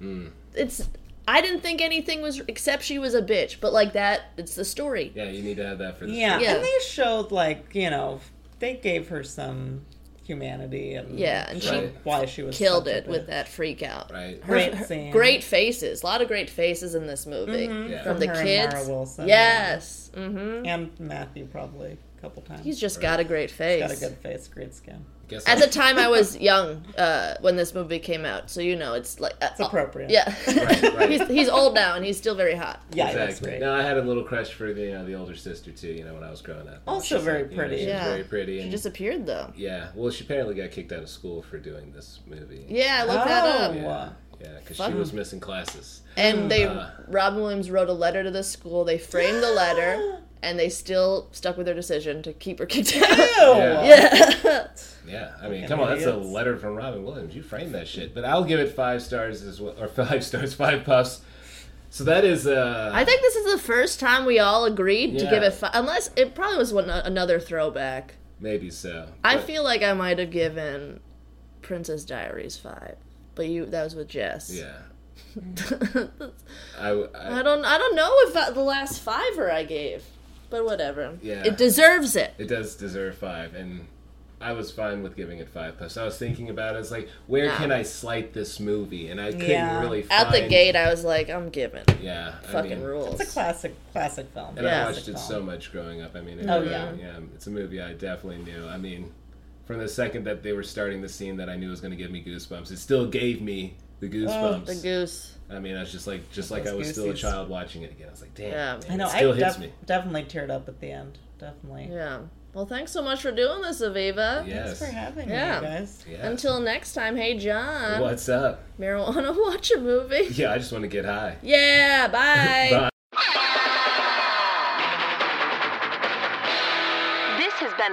S3: Mm.
S2: it's I didn't think anything was except she was a bitch, but like that, it's the story.
S3: Yeah, you need to have that for the
S4: Yeah.
S2: Yeah.
S4: And they showed, like, you know, they gave her some humanity and
S2: Yeah, and she
S4: showed why she was
S2: Killed
S4: such a
S2: it with
S4: bitch.
S2: that freak out.
S3: Right.
S4: Great scene. Mm-hmm.
S2: Great faces, a lot of great faces in this movie
S3: Yeah.
S2: from the
S4: Her and
S2: kids.
S4: Mara Wilson.
S2: yes, hmm
S4: Mm-hmm. And Matthew probably a couple times.
S2: he's just got a great face.
S4: got a good face, great skin.
S3: Guess
S2: At
S3: I'll-
S2: the time, I was young uh, when this movie came out, so you know it's like uh,
S4: It's appropriate.
S2: Yeah,
S3: Right, right.
S2: he's he's old now and he's still very hot.
S4: Yeah, that's
S3: Exactly.
S4: great.
S3: No, I had a little crush for the you know, the older sister too. You know when I was growing up.
S4: Also
S3: She's
S4: very
S3: like, you know,
S4: pretty.
S3: she was
S2: Yeah.
S3: very pretty.
S2: She
S3: And,
S2: disappeared though.
S3: yeah. Well, she apparently got kicked out of school for doing this movie.
S2: Yeah, look that up.
S4: Oh.
S3: Yeah. Because she
S2: Fuck.
S3: was missing classes.
S2: And they,
S3: Uh.
S2: Robin Williams wrote a letter to the school. They framed the letter, and they still stuck with their decision to keep her kicked out.
S4: Ew.
S2: Yeah,
S3: Yeah. I mean,
S4: Fucking
S3: come on. That's a
S4: idiots.
S3: letter from Robin Williams. You framed that shit. But I'll give it five stars as well, or five stars, five puffs. So that is. uh
S2: I think this is the first time we all agreed to give
S3: Yeah.
S2: it five. Unless it probably was one, another throwback.
S3: Maybe so.
S2: I
S3: But-
S2: feel like I might have given Princess Diaries five, but you that was with Jess.
S3: Yeah.
S2: I
S3: I. I,
S2: don't I don't know if I, the last fiver I gave, but whatever.
S3: Yeah.
S2: It deserves it.
S3: It does deserve five, and I was fine with giving it five plus. I was thinking about it. I was like, where
S2: Nah.
S3: can I slight this movie? And I couldn't
S4: Yeah.
S3: really find,
S2: Out the gate, I was like, I'm giving.
S3: Yeah,
S2: Fucking
S3: I mean,
S2: rules.
S4: It's a classic, classic film.
S3: And
S2: Yeah.
S3: I watched
S4: Classic
S3: it so
S4: film.
S3: much growing up. I mean, it
S4: Oh,
S3: really-
S4: yeah.
S3: it's a movie I definitely knew. I mean, from the second that they were starting the scene that I knew was going to give me goosebumps, it still gave me the goosebumps.
S2: the goose.
S3: I mean, I was just like, just like
S4: Those
S3: I was still a
S4: goosies.
S3: child watching it again. I was like, damn,
S2: Yeah.
S3: man,
S4: I know.
S3: it still
S4: I
S3: hits
S4: def-
S3: me.
S4: definitely teared up at the end. Definitely.
S2: Yeah. Well, thanks so much for doing this, Aviva.
S4: Thanks
S3: Yes.
S4: for having
S2: Yeah.
S4: me, you guys.
S3: Yes.
S2: Until next time, hey John.
S3: What's up?
S2: Marijuana watch a movie?
S3: Yeah, I just want to get high.
S2: Yeah, bye.
S3: Bye.
S1: This has been